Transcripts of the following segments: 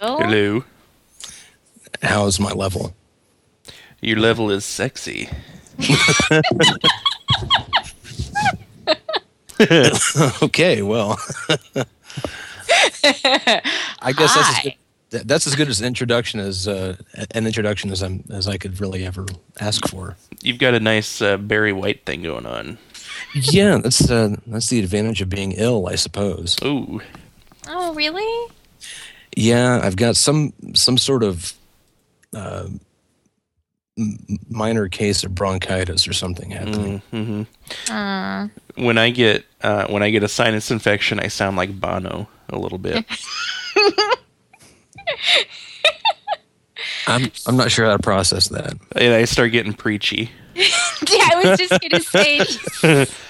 Hello. How's my level? Your level is sexy. Okay, well, I guess that's as good, that- that's as good as an introduction as uh, an introduction as I'm as I could really ever ask for. You've got a nice uh, Barry White thing going on. Yeah, that's uh, that's the advantage of being ill, I suppose. Ooh. Oh, really? Yeah, I've got some some sort of uh, m- minor case of bronchitis or something happening. Mm-hmm. When I get uh, when I get a sinus infection, I sound like Bono a little bit. I'm I'm not sure how to process that. and I start getting preachy. Yeah, I was just gonna say.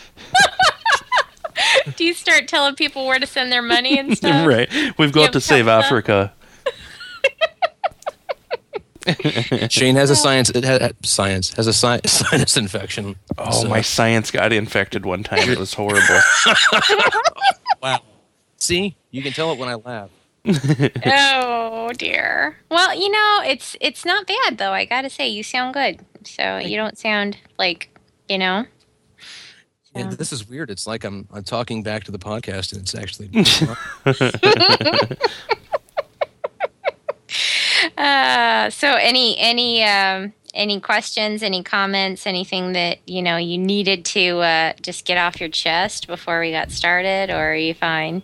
Do you start telling people where to send their money and stuff? right. We've got yeah, to save Tesla. Africa. Shane has a science it ha, science has a sci- sinus infection. Oh, my science got infected one time. It was horrible. wow! See, you can tell it when I laugh. Oh dear. Well, you know, it's it's not bad though. I gotta say, you sound good. So you don't sound like you know. And this is weird. It's like I'm I'm talking back to the podcast, and it's actually Uh, so any any um, any questions, any comments, anything that you know you needed to uh, just get off your chest before we got started, or are you fine?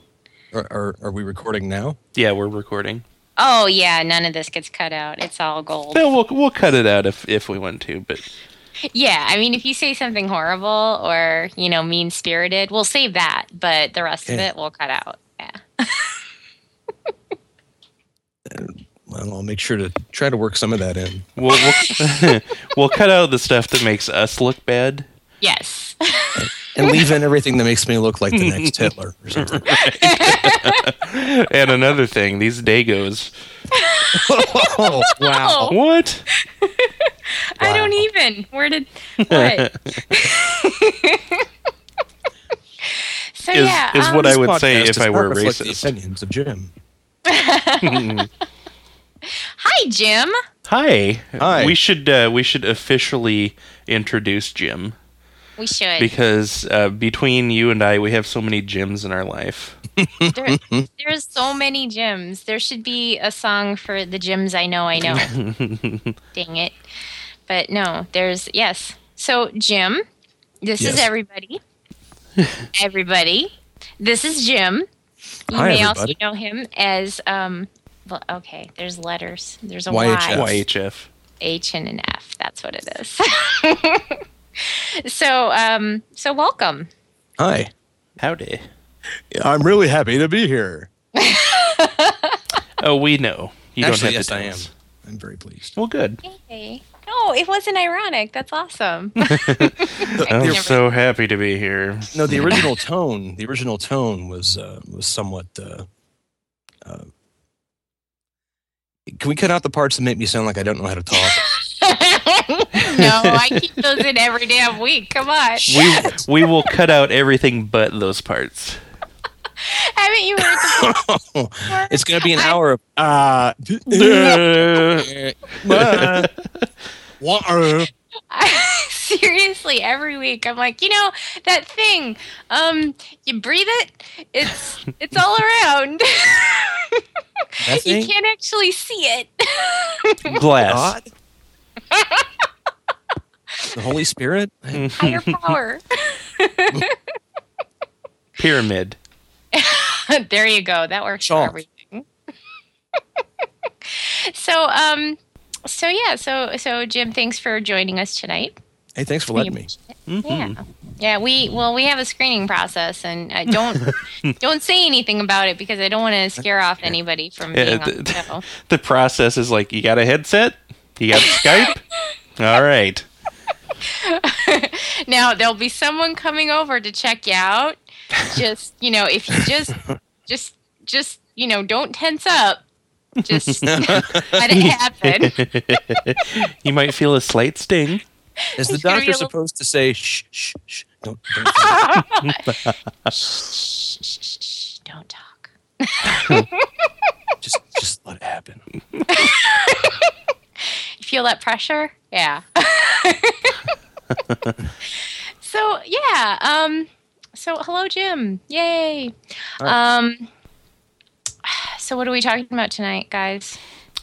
are, are are we recording now? yeah, we're recording. Oh yeah, none of this gets cut out. It's all gold. No, we'll we'll cut it out if if we want to. But Yeah, I mean, if you say something horrible or you know mean spirited, we'll save that, but the rest of Okay. it we'll cut out. Yeah. Well, I'll make sure to try to work some of that in. we'll we'll, we'll cut out the stuff that makes us look bad. Yes. and leave in everything that makes me look like the next Hitler or something. And another thing, these dagos. oh, wow. Oh, What? I don't even. Where did what? so Is yeah, is um, what I This would say podcast if does I not were reflect the racist. opinions of Jim. hi Jim. Hi. Hi. We should uh, we should officially introduce Jim We should. because uh, between you and I, we have so many Jims in our life. there, Mm-hmm. there's so many gyms. There should be a song for the gyms I know I know. Dang it. But no, there's yes. So Jim, this is Yes. everybody. everybody. This is Jim. You Hi, may everybody. also know him as um well, okay, there's letters. There's a Y. YHF. YHF. H and an F. That's what it is. so um so welcome. Hi. Howdy. I'm really happy to be here. Oh, we know. You Actually, don't have yes, to I tell am. us. I'm very pleased. Well, good. Hey. No, it wasn't ironic. That's awesome. I'm never- so happy to be here. No, the original tone, the original tone was uh, was somewhat. Uh, uh, can we cut out the parts that make me sound like I don't know how to talk? no, I keep those in every damn week. Come on. We we will cut out everything but those parts. Haven't you heard the it's going to be an hour of. Uh, water. Seriously, every week I'm like, you know, that thing. Um, you breathe it, it's it's all around. you Nothing? can't actually see it. Glass. God? the Holy Spirit? Higher power. Pyramid. there you go. That works Sure. for everything. so um so yeah, so so Jim, thanks for joining us tonight. Hey, thanks for letting me. Mm-hmm. Yeah, Hmm. yeah. We well, we have a screening process, and I don't don't say anything about it because I don't want to scare off anybody from Yeah, being on th- the show. The process is like you got a headset, you got Skype. All right. Now there'll be someone coming over to check you out. Just you know, if you just just just you know, don't tense up. Just let it happen. You might feel a slight sting. Is the It's gonna be doctor a little- supposed to say shh shh shh? Don't, don't Shh, shh, shh, shh, don't talk. just just let it happen. You feel that pressure? Yeah. so yeah. Um. So hello, Jim. Yay. All right. Um. So what are we talking about tonight, guys?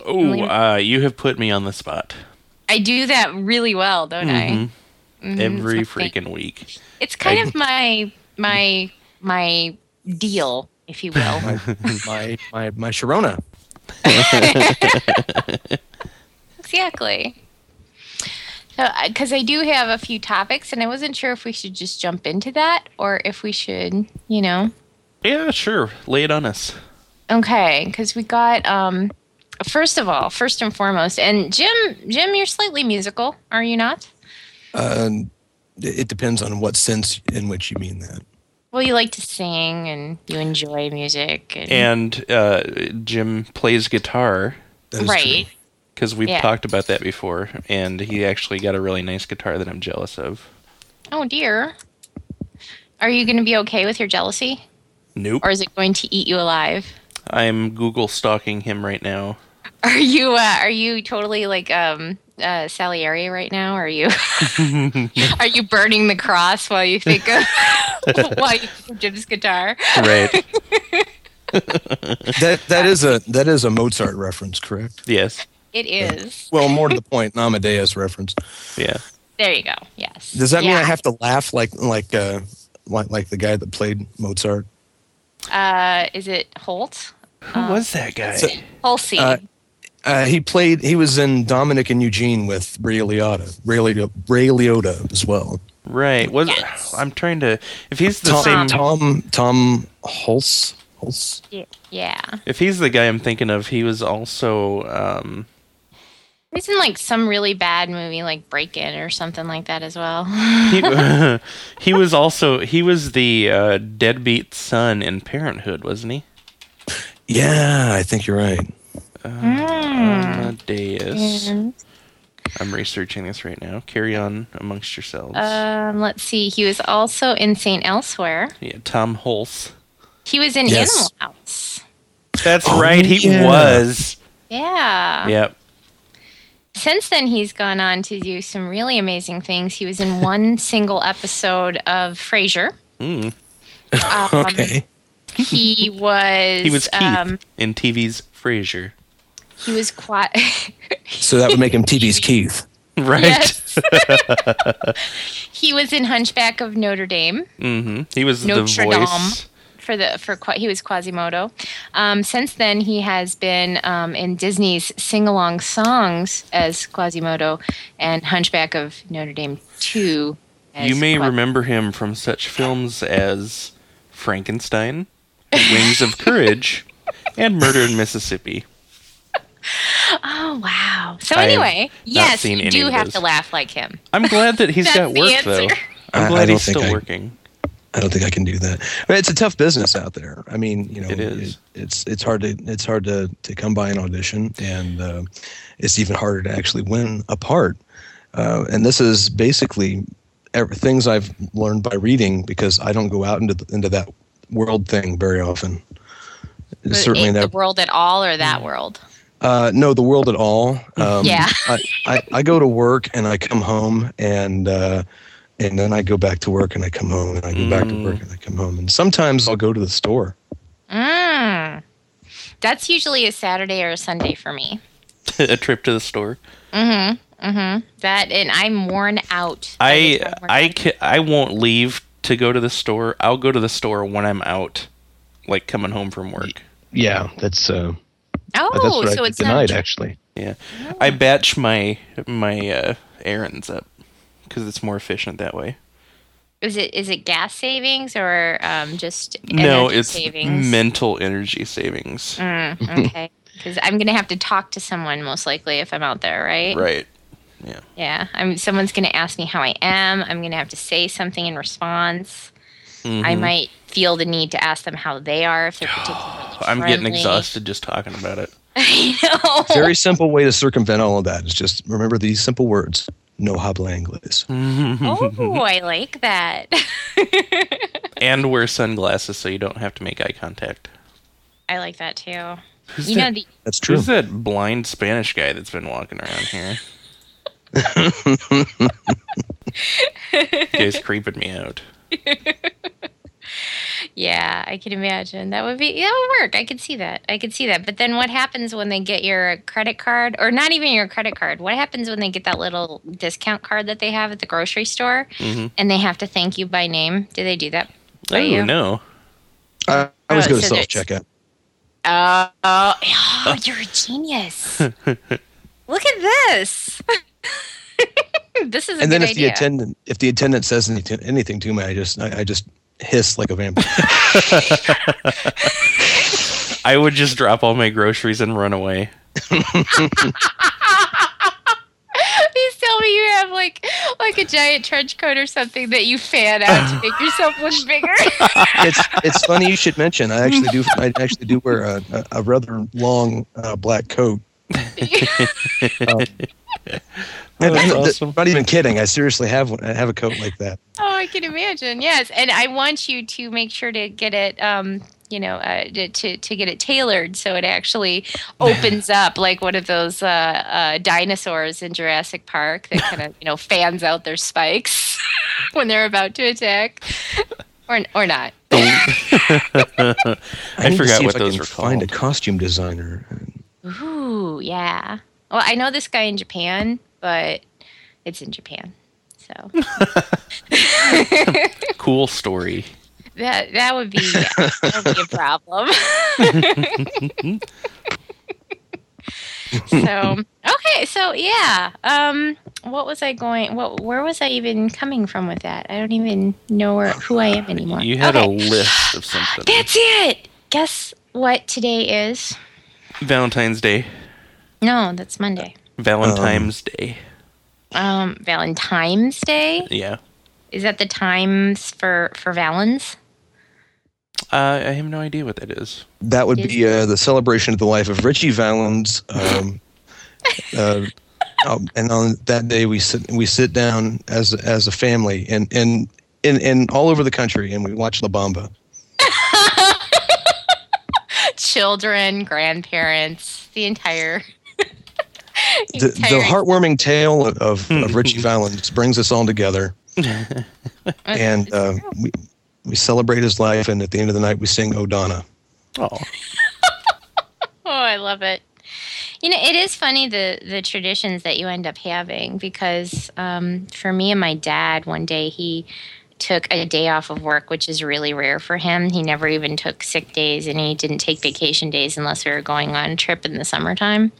Oh, uh, you have put me on the spot. I do that really well, don't Mhm. I? Mhm, Every so thank- freaking week. It's kind I- of my my my deal, if you will. my my my Sharona. exactly. So, because I do have a few topics, and I wasn't sure if we should just jump into that or if we should, you know. Yeah, sure. Lay it on us. Okay, because we got um, first of all, first and foremost, and Jim, Jim, you're slightly musical, are you not? Uh, it it depends on what sense in which you mean that. Well, you like to sing and you enjoy music, and, And uh, Jim plays guitar That is true. right. because we've Yeah. talked about that before, and he actually got a really nice guitar that I'm jealous of. Oh dear. Are you going to be okay with your jealousy, Nope. or is it going to eat you alive? I'm Google stalking him right now. Are you uh, are you totally like um uh Salieri right now? Are you are you burning the cross while you think of while you think of Jim's guitar? Right. That that is a that is a Mozart reference, correct? yes. It is. Well, more to the point, an Amadeus reference. Yeah. There you go. Yes. Does that mean Yeah. I have to laugh like like uh like like the guy that played Mozart? Uh, is it Holt? Who Um, was that guy? So- Holsey. Uh, Uh, he played. He was in Dominic and Eugene with Ray Liotta. Ray Liotta, Ray Liotta as well. right. Was Yes. I'm trying to. If he's the Tom, same. Tom Tom Hulse Hulse. yeah. If he's the guy I'm thinking of, he was also. Um, He's in like some really bad movie, like Break In or something like that as well. he, he was also he was the uh, deadbeat son in Parenthood, wasn't he? Yeah, I think you're right. Hmm. Amadeus. Uh, I'm researching this right now. Carry on amongst yourselves. Um, let's see. He was also in Saint Elsewhere. yeah, Tom Hulse. He was in Yes. Animal House. That's Oh, right. He yeah. was. Yeah. Yep. Since then, he's gone on to do some really amazing things. He was in one single episode of Frasier. Mm. Um, Okay. He was. He was Keith Um, in TV's Frasier. he was quite. So that would make him TV's Keith. Right. yes. he was in Hunchback of Notre Dame hmm He was Notre the voice. for the for Qua- he was Quasimodo. Um, since then, he has been um, in Disney's sing along songs as Quasimodo and Hunchback of Notre Dame two. as You may Qua- remember him from such films as Frankenstein, Wings of Courage, and Murder in Mississippi. Oh wow! So I have anyway, not yes, seen you any do of have those. to laugh like him. I'm glad that he's That's got the work answer. though. I- I'm I glad don't he's think still I- working. I don't think I can do that. I mean, it's a tough business out there. I mean, you know, It is. it's it's hard to it's hard to, to come by an audition, and uh, it's even harder to actually win a part. Uh, and this is basically ev things I've learned by reading because I don't go out into the, into that world thing very often. Certainly Mm. Ain't never. the world at all or that world. Uh, no, the world at all. Um, Yeah. I, I, I go to work and I come home and uh, and then I go back to work and I come home and I go back to Mm. work and I come home and sometimes I'll go to the store. Mm. That's usually a Saturday or a Sunday for me. a trip to the store. Mm-hmm. Mm-hmm. That and I'm worn out. By the I time we're I done. ca- I won't leave to go to the store. I'll go to the store when I'm out, like coming home from work. Yeah, that's uh, Oh, so it's not. actually. Yeah, I batch my my uh, errands up because it's more efficient that way. Is it is it gas savings or um, just no, energy it's savings? mental energy savings. Mm, okay, because I'm gonna have to talk to someone most likely if I'm out there, right? Right. Yeah, I'm. Someone's gonna ask me how I am. I'm gonna have to say something in response. I Mhm. might feel the need to ask them how they are if they're particularly. I'm getting friendly. exhausted just talking about it. I know. Very simple way to circumvent all of that is just remember these simple words. No habla inglés. oh, I like that. and wear sunglasses so you don't have to make eye contact. I like that too. Who's You know that, the That's true. who's that blind Spanish guy that's been walking around here? Guy's creeping me out. yeah, I can imagine that would be that would work. I could see that. I could see that. But then what happens when they get your credit card or not even your credit card? What happens when they get that little discount card that they have at the grocery store Mhm. and they have to thank you by name? Do they do that? Oh by you? no! I, I always Oh, go to so self there's- checkout. Oh, oh, you're a genius. Look at this. this is a And good then if idea. the attendant if the attendant says anything, anything to me, I just I, I just hiss like a vampire. I would just drop all my groceries and run away. Please tell me you have like like a giant trench coat or something that you fan out to make yourself look bigger. it's it's funny you should mention. I actually do I actually do wear a, a, a rather long uh, black coat. Um, Oh, That's I'm not- awesome. Not even kidding. I seriously have one. I have a coat like that. oh, I can imagine. Yes, and I want you to make sure to get it. Um, you know, uh, to- to to get it tailored so it actually opens up like one of those uh, uh, dinosaurs in Jurassic Park that kind of you know fans out their spikes when they're about to attack, or or not. I, need to forgot see if what I those can were Find a called. costume designer. Ooh, yeah. Well, I know this guy in Japan, but it's in Japan. So Cool story. that that would be, yeah, that would be a problem. so okay, so yeah. Um what was I going what where was I even coming from with that? I don't even know where who I am anymore. You had a okay. list of something. That's it. Guess what today is? Valentine's Day. No, that's Monday. Valentine's Day. Um Valentine's Day. Yeah. Is that the times for for Valens? Uh, I have no idea what that is. That would be uh, the celebration of the life of Richie Valens. Um, uh, um, and on that day, we sit we sit down as as a family and and in and all over the country, and we watch La Bamba. Children, grandparents, the entire. the, the entire- heartwarming tale of, of, Hmm. of Richie Valens brings us all together, and uh, we, we celebrate his life. And at the end of the night, we sing "O'Donna." Oh, Oh, I love it. You know, it is funny the the traditions that you end up having because um, for me and my dad, one day he took a day off of work, which is really rare for him. He never even took sick days, and he didn't take vacation days unless we were going on a trip in the summertime.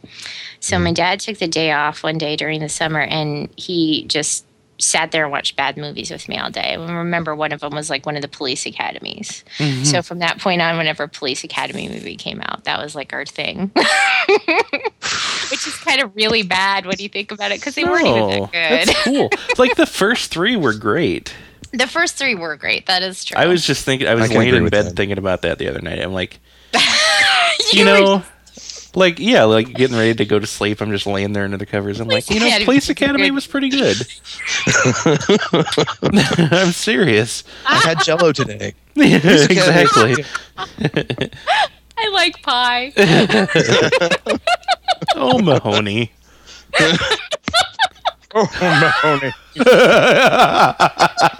So Mm-hmm. my dad took the day off one day during the summer, and he just sat there and watched bad movies with me all day. I remember one of them was like one of the police academies. Mm-hmm. So from that point on, whenever a Police Academy movie came out, that was like our thing, which is kind of really bad when you think about it because they weren't even No, that good. Oh, That's cool. like the first three were great. the first three were great. That is true. I was just thinking. I was can laying agree in with bed that. thinking about that the other night. I'm like, You you know, like yeah, like getting ready to go to sleep. I'm just laying there under the covers. I'm like, Police you know, Academy Police was Academy good. was pretty good. I'm serious. I had Jello today. exactly. I like pie. Oh Mahoney. Oh, Mahoney.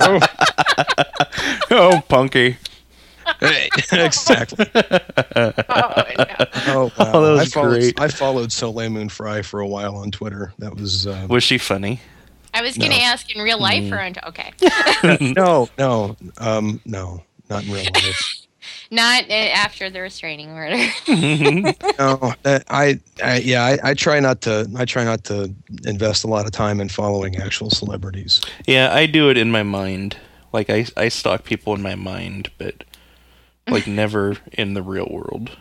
Oh, Oh Punky. hey, exactly. Oh, no. Oh, wow. Oh, that was I followed, great. I followed Soleil Moon Frye for a while on Twitter. That was uh, Was she funny? I was going to No. ask in real life or on, okay, no, no, um, no, not in real life. not uh, after the restraining order. No, that, I, I, yeah, I, I try not to. I try not to invest a lot of time in following actual celebrities. Yeah, I do it in my mind. Like I, I stalk people in my mind, but like never in the real world.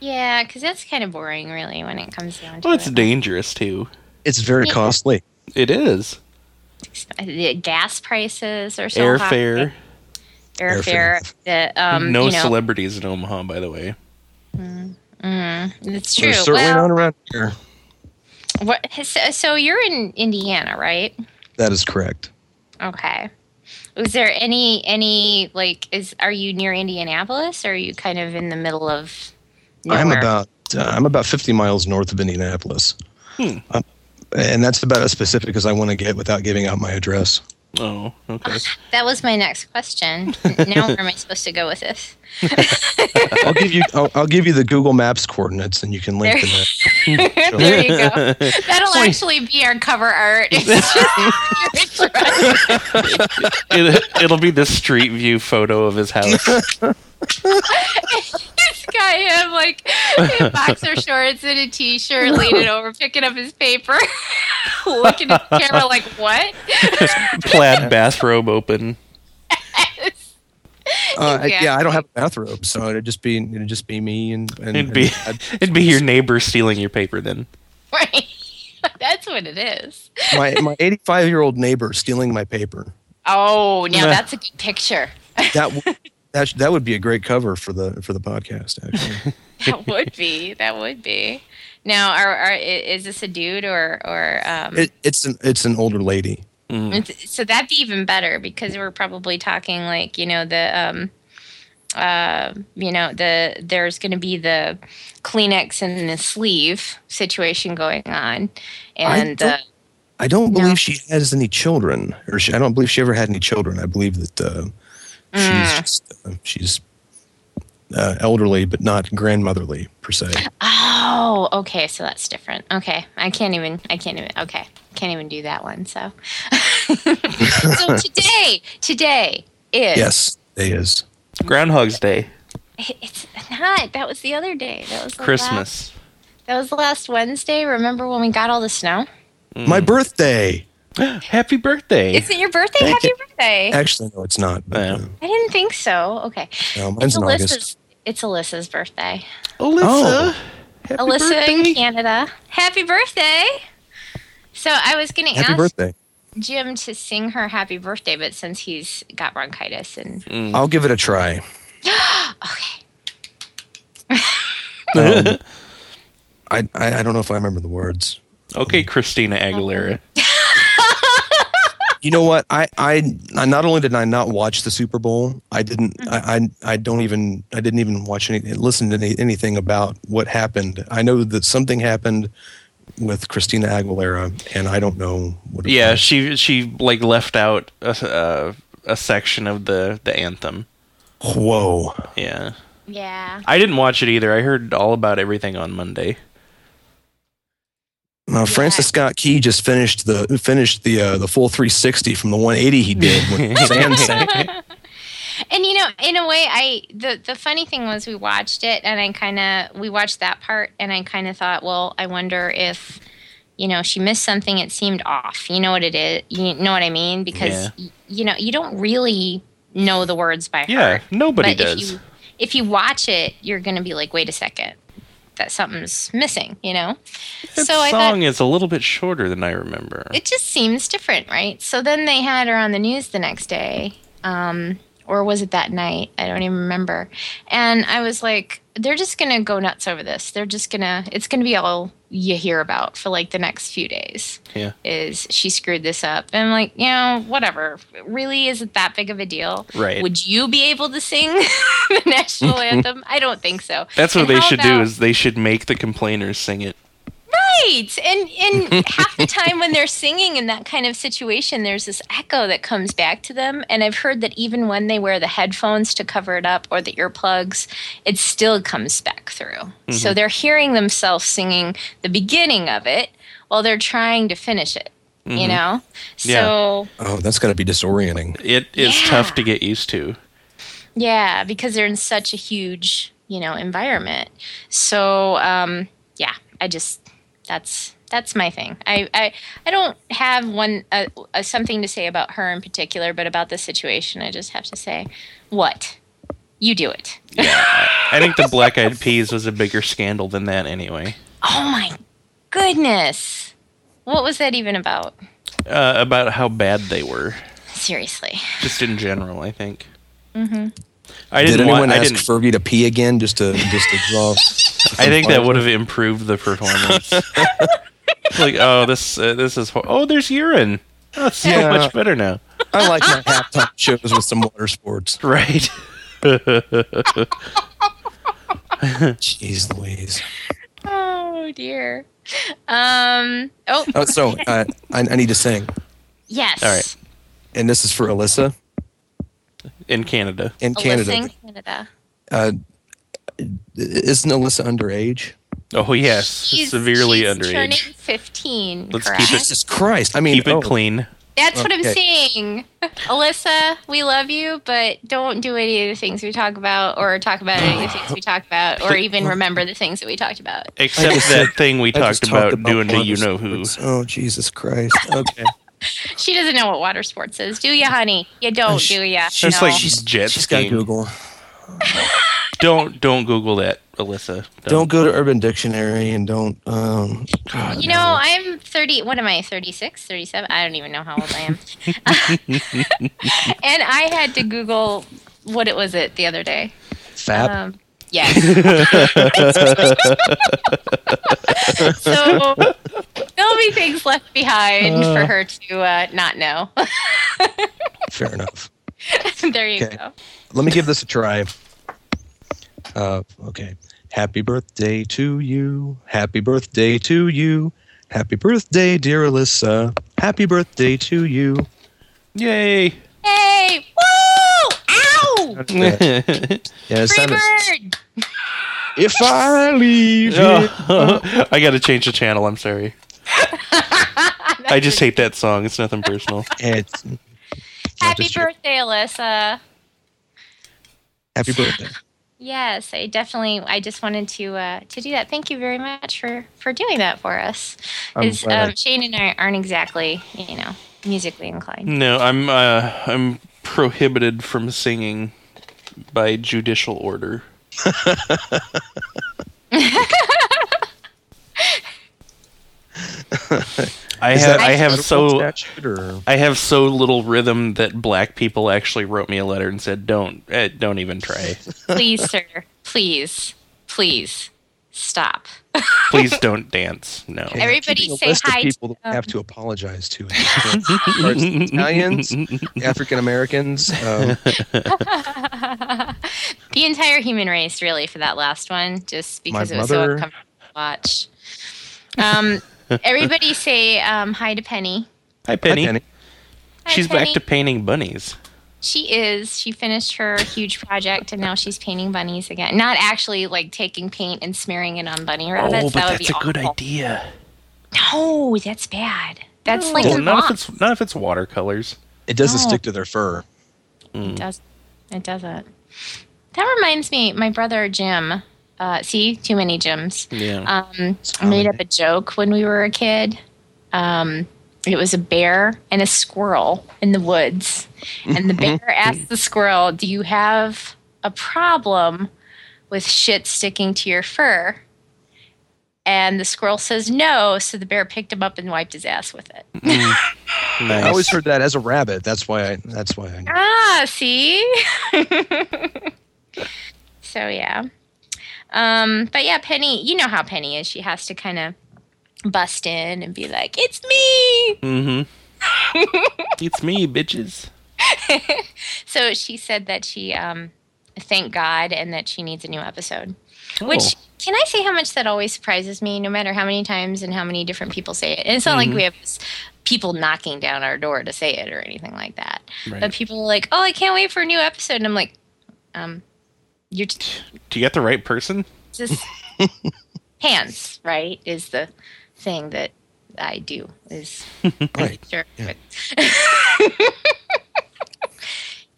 yeah, because that's kind of boring, really, when it comes down to Well, it's it. dangerous too. It's very Yeah. costly. It is The eh, gas prices are so high. airfare. Airfare. The um, no you know, celebrities in Omaha, by the way. mm, it's true. They're certainly well, not around here. What? So, so you're in Indiana, right? That is correct. Okay. Was there any any like is are you near Indianapolis or are you kind of in the middle of nowhere? I'm about uh, I'm about 50 miles north of Indianapolis, Hmm. Um, and that's about as specific as I want to get without giving out my address. Oh, okay. That was my next question. now where am I supposed to go with this? I'll give you I'll, I'll give you the Google Maps coordinates, and you can link There- to that. there you go. That'll actually be our cover art. It's just your address. it, it'll be the street view photo of his house. It's got him like in boxer shorts and a t-shirt, leaning over, picking up his paper, looking at the camera like, "What?" Plaid bathrobe open. Uh, I- yeah, I Exactly. don't have a bathrobe, so it'd just be it'd just be me and and, It'd be and it'd be your neighbor stealing your paper then. Right. That's what it is. my my 85 year old neighbor stealing my paper. Oh, now Yeah. that's a good picture. That w- that sh- that would be a great cover for the for the podcast. Actually, That would be. That would be. Now, are, are i- is this a dude or or um? it, it's an it's an older lady. Mm. it's- so that'd be even better because we're probably talking like you know the um, uh, you know the there's going to be the Kleenex and the sleeve situation going on, and uh, don't- I don't No. believe she has any children, or she, I don't believe she ever had any children. I believe that uh, she's Mm. just, uh, she's uh, elderly, but not grandmotherly per se. oh, okay, so that's different. Okay, I can't even. I can't even. Okay, can't even do that one. So, so today, today is Yes, they is. Groundhog's Day, It- It's not. That was the other day. That was the Last, Christmas. that was the last Wednesday. Remember when we got all the snow? Mm. My birthday. Happy birthday. Is it your birthday? Thank Happy you. birthday! Actually, no, it's not. But, Yeah. uh, I didn't think so. Okay, no, mine's in August. Alyssa's. It's Alyssa's birthday. Alyssa. Oh. Happy Alyssa birthday. in Canada. Happy birthday! So I was going to Happy ask birthday. Jim to sing her happy birthday, but since he's got bronchitis and Mm. I'll give it a try. okay, Um, I, I I don't know if I remember the words. okay, Christina Aguilera. You know what? I, I I- not only did I not watch the Super Bowl, I didn't. I, I I don't even. I didn't even watch any. Listen to any, anything about what happened. I know that something happened with Christina Aguilera, and I don't know what. It Yeah, was. she she like left out a, uh, a section of the the anthem. Whoa. Yeah, yeah. I didn't watch it either. I heard all about everything on Monday. Now Francis Scott Key just finished the finished the uh, the full 360 from the 180 he did when Zan sang. And you know, in a way, I the the funny thing was we watched it, and I kind of we watched that part, and I kind of thought, well, I wonder if you know she missed something. It seemed off. You know what it is. You know what I mean? Because Yeah. y- you know you don't really know the words by Yeah, heart. nobody but does. If you, if you watch it, you're going to be like, wait a second, that something's missing. You know. That so I thought song is a little bit shorter than I remember. it just seems different, right? So then they had her on the news the next day, um, or was it that night? I don't even remember. And I was like, they're just gonna go nuts over this. They're just gonna, it's gonna be all you hear about for like the next few days. Yeah. Is she screwed this up? And I'm like, you know, whatever. Really, is it that big of a deal? Right. Would you be able to sing the national anthem? I don't think so. That's what And they how should do about- is they should make the complainers sing it. Right. And and half the time when they're singing in that kind of situation, there's this echo that comes back to them. And I've heard that even when they wear the headphones to cover it up or the earplugs, it still comes back through. So they're hearing themselves singing the beginning of it while they're trying to finish it. You know? Yeah. So Oh, that's got to be disorienting. It is Yeah. tough to get used to. Yeah, because they're in such a huge, you know, environment. So, um, yeah, I just that's that's my thing. I I, I don't have one uh, uh, something to say about her in particular, but about the situation, I just have to say, what you do it. I think the Black Eyed Peas was a bigger scandal than that anyway. Oh my goodness, what was that even about? Uh, about how bad they were, Seriously, just in general. I think. Mm-hmm. I Did didn't anyone want. I ask didn't. Fergie to pee again just to just to draw? I think that would have improved the performance. like, oh, this uh, this is. Hor- oh, there's urine. That's so Yeah. much better now. I like my halftime shows with some water sports. Right. Jeez Louise. Oh dear. Um. Oh Oh, so uh, I, I need to sing. yes. All right. And this is for Alyssa in Canada. in Canada. Canada. Canada. Uh, isn't Alyssa underage? Oh yes, severely she's underage. Turning fifteen. Let's keep correct? it- Jesus Christ. I mean, Keep it oh, clean. That's what I'm Okay. saying. Alyssa, we love you, but don't do any of the things we talk about or talk about any of the things we talk about or even remember the things that we talked about. Except just that said- thing we I just talked about, doing the water you know who. sports. Oh, Jesus Christ. Okay. She doesn't know what water sports is, do ya, honey? You don't, sh- Oh, do ya? she's Just no. Uh, like jet She's got skiing. Google. Don't don't Google that, Alyssa. Don't go to Urban Dictionary and don't. Um, God, You know, I'm 30. What am I? 36, 37? I don't even know how old I am. and I had to Google what it was it the other day. Fap. Um, yes. so there'll be things left behind for her to uh, not know. Fair enough. there you Okay. go. Let me give this a try. Uh, okay. Happy birthday to you. Happy birthday to you. Happy birthday, dear Alyssa. Happy birthday to you. Yay! Hey! Woo! Ow! Yeah, it's Free time to- bird! if I leave you. Oh, I got to change the channel. I'm sorry. I just hate that song. It's nothing personal. It's, Happy just you. birthday, Alyssa. happy birthday. Yes, I definitely. I just wanted to uh, to do that. Thank you very much for for doing that for us. I'm 'Cause, glad I- um, Shane and I aren't exactly you know musically inclined. No, I'm uh, I'm prohibited from singing by judicial order. I Is have that I have federal so statute or- I have so little rhythm that black people actually wrote me a letter and said don't eh, don't even try. Please, sir. Please, please stop. Please don't dance. No. Okay, I'm Everybody keeping a say list of hi to um, people that we them. have to apologize to. Italians, African Americans. Um, The entire human race, really, for that last one, just because it was so mother- uncomfortable to watch. Um, everybody say um, hi to Penny. Hi Penny. Hi, Penny. Hi, She's Penny. back to painting bunnies. She is. She finished her huge project and now she's painting bunnies again. Not actually like taking paint and smearing it on bunny rabbits. Oh, but that would that's be a good awful. idea. No, that's bad. That's like Well, well, not if it's not if it's watercolors. It doesn't No. stick to their fur. It does. It doesn't. That reminds me, my brother Jim. Uh, see, too many Jims. Yeah. Um, I common, made up eh? a joke when we were a kid. Um, it was a bear and a squirrel in the woods. And the bear asked the squirrel, Do you have a problem with shit sticking to your fur? And the squirrel says no. So the bear picked him up and wiped his ass with it. Nice. I always heard that as a rabbit. That's why. I, that's why. I, Ah, see? so, yeah. Um, but yeah, Penny, you know how Penny is. She has to kind of bust in and be like, It's me. Mm-hmm. it's me, bitches. So she said that she um, thanked God and that she needs a new episode. Which can I say how much that always surprises me, no matter how many times and how many different people say it. And it's not like we have s- people knocking down our door to say it or anything like that. Right. But people are like, "Oh, I can't wait for a new episode," and I'm like, um, "You're t- Do you get the right person? just hands, right?" Is the thing that I do is right. sure. Yeah.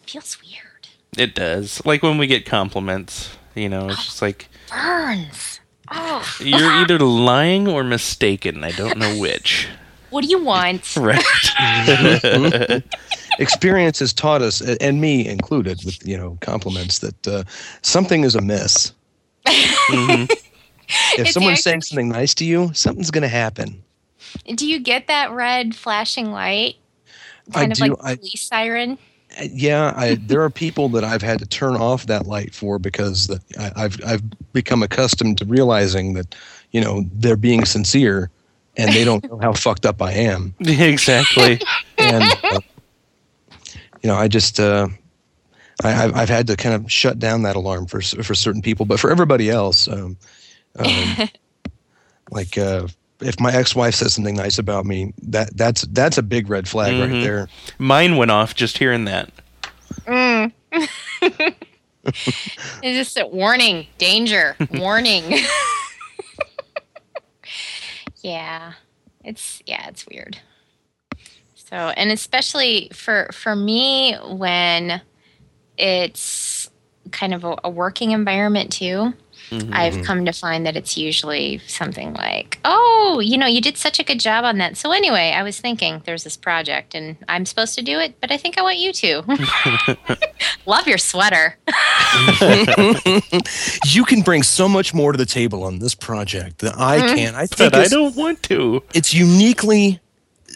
Feels weird. It does. Like when we get compliments, you know, it's just like Burns. Oh, you're either lying or mistaken. I don't know which. Mm-hmm. what do you want? Right. Experience has taught us, a- and me included, with you know compliments that uh, something is amiss. Mm-hmm. If It's someone's saying actually- something nice to you, something's going to happen. Do you get that red flashing light? I Kind of do. like I, police siren. Uh, yeah, I, there are people that I've had to turn off that light for because the, I, I've I've become accustomed to realizing that you know they're being sincere, and they don't know how fucked up I am. exactly. And uh, you know, I just uh, I, I've, I've had to kind of shut down that alarm for s- for certain people, but for everybody else, um, um, like uh, if my ex-wife says something nice about me, that that's that's a big red flag right Mhm. there. Mine went off just hearing that. Mm. it's just a warning, danger, warning. yeah, it's yeah, it's weird. So, and especially for for me when it's kind of a, a working environment too. Mhm. Mhm. I've come to find that it's usually something like, "Oh, you know, you did such a good job on that." So anyway, I was thinking there's this project and I'm supposed to do it, but I think I want you to. Love your sweater. You can bring so much more to the table on this project that I Mm. can't. I think But I it's, don't want to. it's uniquely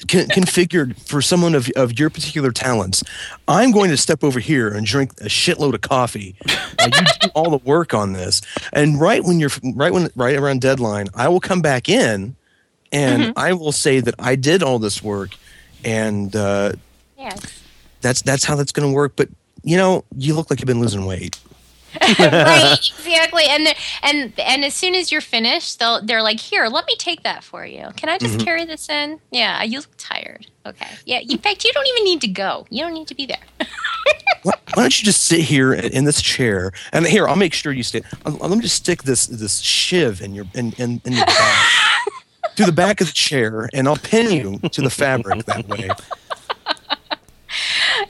con- configured for someone of, of your particular talents. I'm going to step over here and drink a shitload of coffee. while you do all the work on this, and right when you're right when right around deadline, I will come back in, and I will say that I did all this work, and uh, Yes. that's that's how that's going to work. But you know, you look like you've been losing weight. right, exactly. And the- and and as soon as you're finished, they'll they're like, "Here, let me take that for you. Can I just Mhm. carry this in?" Yeah, you look tired. Okay. Yeah, in fact, you don't even need to go. You don't need to be there. why, why don't you just sit here in in this chair? And here, I'll make sure you stay. I'll, I'll- let me just stick this this shiv in your in in, in your back, to the back of the chair, and I'll pin you to the fabric that way.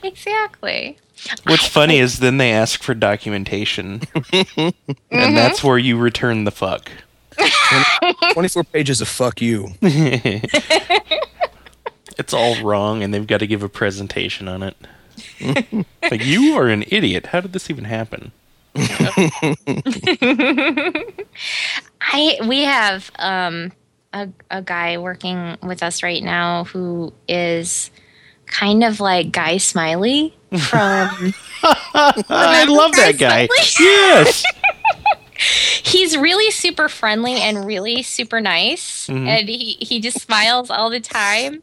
exactly. What's funny is then they ask for documentation, Mhm. and that's where you return the fuck. Twenty four pages of fuck you. it's all wrong, and they've got to give a presentation on it. like you are an idiot. How did this even happen? I we have um, a a guy working with us right now who is kind of like Guy Smiley from. Ah, I love that guy. yes. he's really super friendly and really super nice, Mhm. and he he just smiles all the time.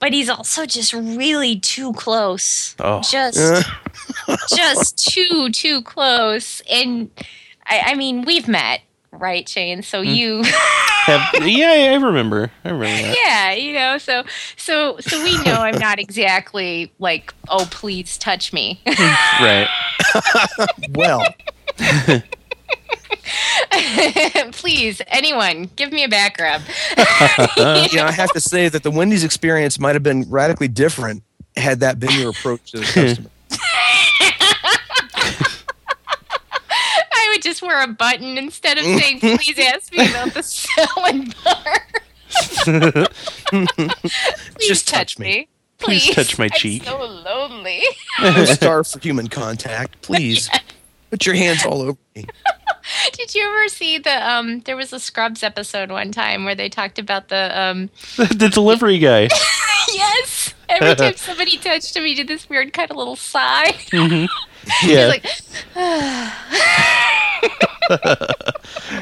But he's also just really too close. Oh. Just Uh, just too too close, and I, I mean we've met right, Shane. So you. Have- yeah, yeah, I remember. I remember that. yeah you know so so so we know i'm not exactly like oh please touch me Right. well, please anyone give me a back rub uh, you know, I have to say that the Wendy's experience might have been radically different had that been your approach to the customer. i would just wear a button instead of saying please ask me about the salad bar please Just touch me. Please touch my I'm cheek." so lonely I'm starved for human contact. Please put your hands all over me. did you ever see the um there was a scrubs episode one time where they talked about the um the delivery guy. yes every time somebody touched him he did this weird kind of little sigh Mhm. Yeah. He's like,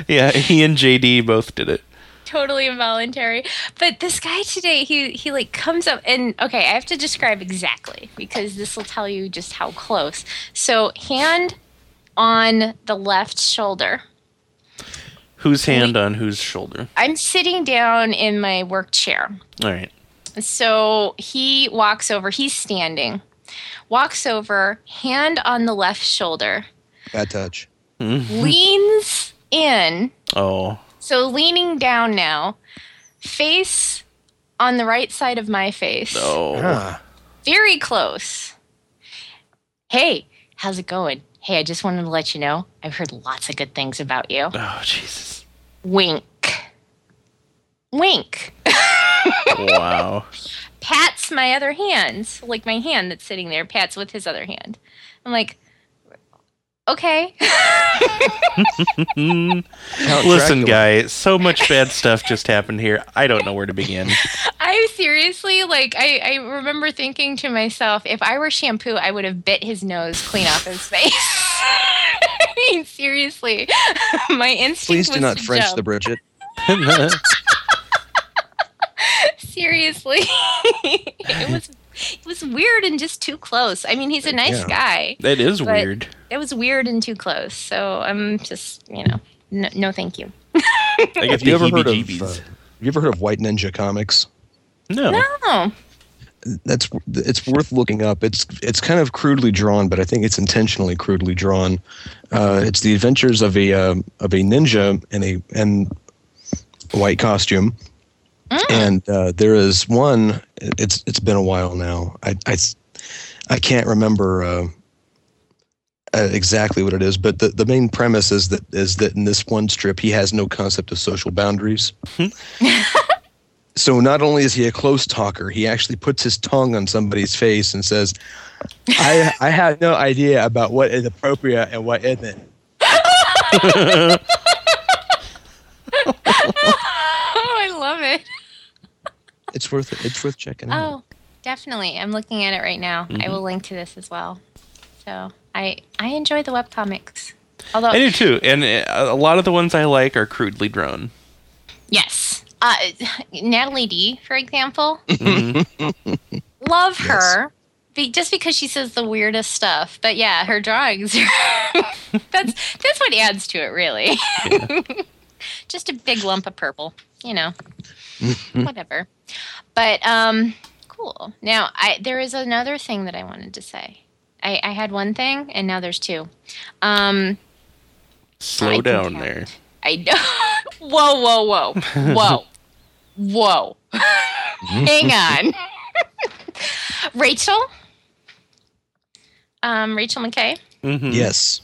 yeah, he and JD both did it. totally involuntary. But this guy today, he he like comes up and okay, I have to describe exactly because this will tell you just how close. So hand on the left shoulder. Whose hand on whose shoulder? I'm sitting down in my work chair. All right. So he walks over. He's standing. Walks over, hand on the left shoulder, Bad touch. Mhm. leans in. Oh. So leaning down now, face on the right side of my face. No. Ah. Very close. Hey, how's it going? Hey, I just wanted to let you know I've heard lots of good things about you. Oh, Jesus. Wink. Wink. Wow. Pats my other hand, so, like my hand that's sitting there, pats with his other hand. I'm like, okay. Mm. Count Listen, Dracula. guy, so much bad stuff just happened here. I don't know where to begin. I seriously like I, I remember thinking to myself, if I were shampoo, I would have bit his nose clean off his face. I mean, seriously. My instinct Please was do not to French the jump. Bridget. Seriously. it was it was weird and just too close. I mean, he's a nice Yeah. guy. That is But- weird. It was weird and too close. So I'm just, you know, no, no thank you. I get Have the you ever heard of? heebie-jeebies. uh, have you ever heard of White Ninja Comics? no. No. That's it's worth looking up. It's it's kind of crudely drawn, but I think it's intentionally crudely drawn. Uh, it's the adventures of a um of a ninja in a and a white costume, and uh, there is one. It's it's been a while now. I I, s- I can't remember. Uh, uh, exactly what it is, but the, the main premise is that is that in this one strip he has no concept of social boundaries. so not only is he a close talker, he actually puts his tongue on somebody's face and says, "I I have no idea about what is appropriate and what isn't." Oh, I love it. It's worth it. It's worth checking out. Oh, definitely. I'm looking at it right now. I will link to this as well. So I I enjoy the webcomics. Although I do too, and uh, a lot of the ones I like are crudely drawn. yes. Uh, Natalie D, for example. Love her. Be, just because she says the weirdest stuff. But yeah, her drawings that's that's what adds to it really. just a big lump of purple, you know. Whatever. But um cool. Now I there is another thing that I wanted to say. I, I had one thing and now there's two. Um I Slow can down count. there. I know. whoa, whoa, whoa, whoa, whoa. Hang on, Rachel. Um, Rachel McKay Mm-hmm. Hmm. Mhm. Yes.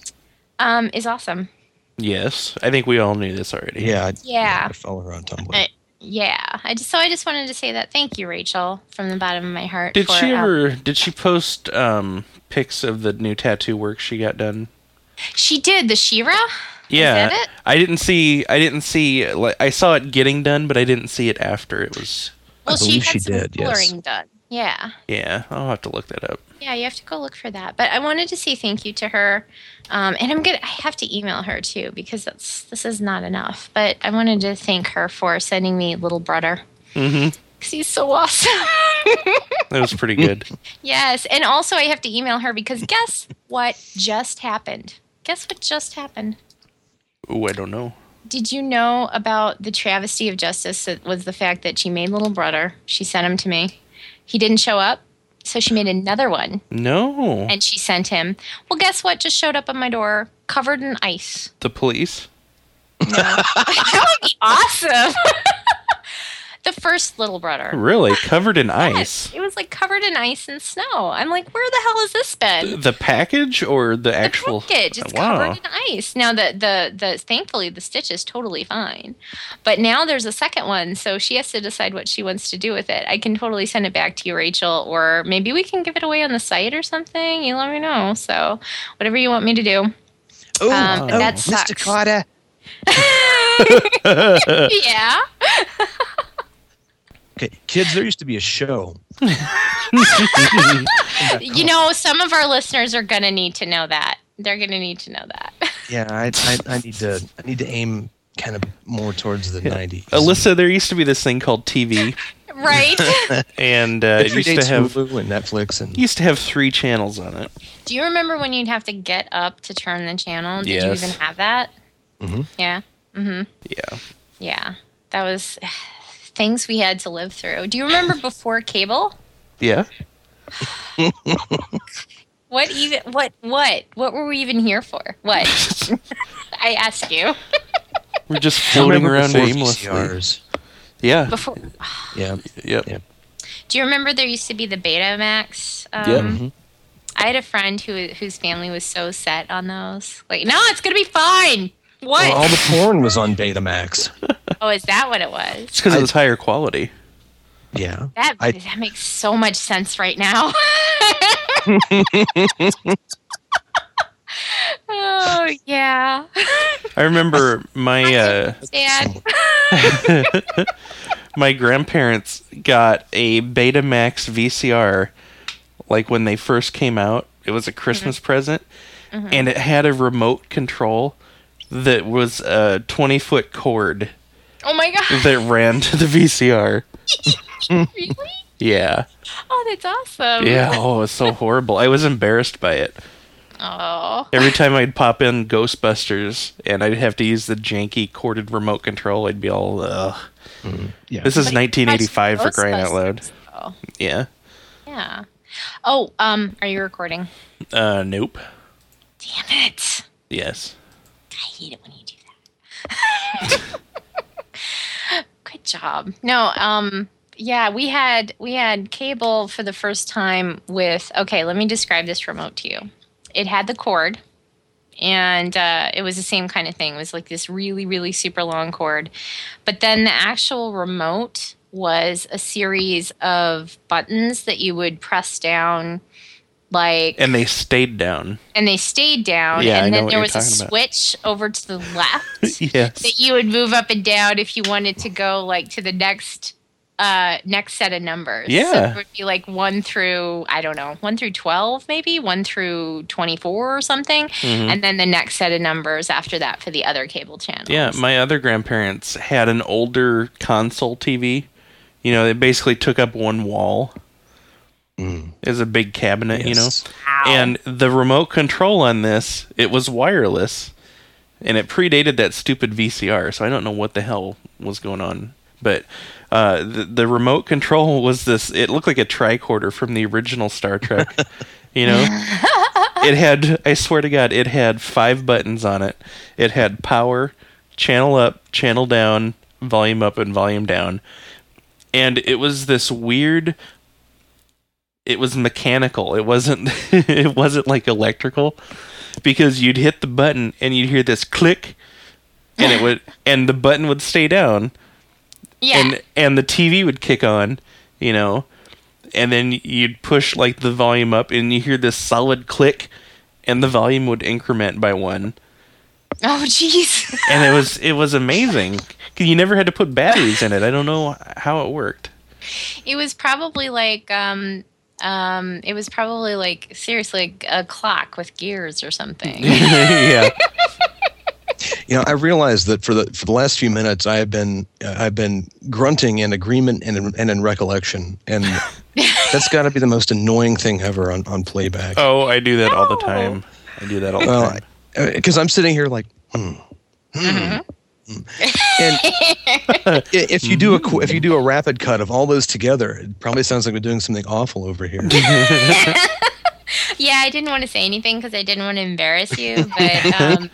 um, is awesome. Yes, I think we all knew this already. Yeah. I- Yeah. I follow her on Tumblr. I- Yeah, I just so I just wanted to say that. Thank you, Rachel, from the bottom of my heart. Did for, she um, ever? Did she post um, pics of the new tattoo work she got done? she did the Shira. Yeah, it? I didn't see. I didn't see. Like, I saw it getting done, but I didn't see it after it was. Well, she believe had she some did, yes. coloring done. Yeah. Yeah, I'll have to look that up. Yeah, you have to go look for that. But I wanted to say thank you to her, um, and I'm gonna. I have to email her too because that's this is not enough. But I wanted to thank her for sending me little brother. Mm-hmm. 'Cause He's so awesome. That was pretty good. yes, and also I have to email her because guess what just happened? Guess what just happened? Ooh, I don't know. Did you know about the travesty of justice that was the fact that she made little brother? She sent him to me. He didn't show up, so she made another one No, and she sent him. Well, guess what? Just showed up at my door covered in ice. the police. that would be awesome. the first little brother. Really covered in ice. It was like covered in ice and snow. I'm like, where the hell has this been? The package or the The actual package, it's wow. covered in ice. Now the, the the thankfully the stitch is totally fine, but now there's a second one, so she has to decide what she wants to do with it. I can totally send it back to you, Rachel, or maybe we can give it away on the site or something. You let me know. So whatever you want me to do. oh, um, oh, that sucks. Mr. Carter. yeah. Okay, kids. There used to be a show. You know, some of our listeners are going to need to know that. They're going to need to know that. Yeah, I, I, I need to I need to aim kind of more towards the nineties. Alyssa, there used to be this thing called TV, right? and uh, it used to have Hulu and Netflix and used to have three channels on it. Do you remember when you'd have to get up to turn the channel? Did you Yes. even have that? Mhm. Yeah. Yeah, Yeah. That was things we had to live through. Do you remember before cable? yeah. What even what what what were we even here for? What? I ask you. We're just floating around aimlessly. Yeah, Before Yeah, yep. Yeah. Do you remember there used to be the Betamax? Um, Yep. Mm-hmm. I had a friend who whose family was so set on those. Like, no, it's gonna be fine. What? well, all the porn was on Betamax. oh, is that what it was? It's because I- it's higher quality. Yeah, That I- that makes so much sense right now. oh yeah, I remember my uh, Dad. my grandparents got a Betamax VCR, like when they first came out. It was a Mm-hmm. Christmas present, and it had a remote control that was a twenty foot cord Oh my god, that ran to the VCR. really? Yeah. Oh, that's awesome. Yeah. Oh, it was so horrible. I was embarrassed by it. Oh. Every time I'd pop in Ghostbusters and I'd have to use the janky corded remote control, I'd be all, ugh. Yeah. This is But you watched 1985 for crying out loud. Ghostbusters, though. Yeah. oh, Yeah. Oh, um, are you recording? Uh, nope. Damn it. Yes. I hate it when you do that. Good job. No, um yeah, we had we had cable for the first time with okay, let me describe this remote to you. It had the cord and uh, it was the same kind of thing. It was like this really, really super long cord. But then the actual remote was a series of buttons that you would press down like And they stayed down. and they stayed down Yeah, I and know then what there you're was a talking about. switch over to the left yes. that you would move up and down if you wanted to go like to the next uh next set of numbers so Yeah. it would be like one through i don't know one through 12 maybe one through 24 or something Mhm. and then the next set of numbers after that for the other cable channels Yeah, my other grandparents had an older console TV. You know, it basically took up one wall. Mm. It was a big cabinet, you know. Yes. Wow. And the remote control on this, it was wireless, and it predated that stupid VCR. So I don't know what the hell was going on, but uh, the the remote control was this. It looked like a tricorder from the original Star Trek. you know, it had. I swear to God, it had five buttons on it. It had power, channel up, channel down, volume up, and volume down. And it was this weird it was mechanical. It wasn't it wasn't like electrical because you'd hit the button and you'd hear this click and it would and the button would stay down yeah and and the TV would kick on, you know. And then you'd push like the volume up and you hear this solid click and the volume would increment by 1. oh jeez And it was it was amazing. 'Cause You never had to put batteries in it. I don't know how it worked. it was probably like um um it was probably like seriously like a clock with gears or something yeah. You know, I realized that for the for the last few minutes, I have been uh, I've been grunting in agreement and in, and in recollection, and that's got to be the most annoying thing ever on on playback. Oh, I do that all the No. time. I do that all the time. Well, because Uh, I'm sitting here like, hmm, hmm, hmm. and Uh-huh. i- if you do a qu- if you do a rapid cut of all those together, it probably sounds like we're doing something awful over here. Yeah, I didn't want to say anything because I didn't want to embarrass you. But um,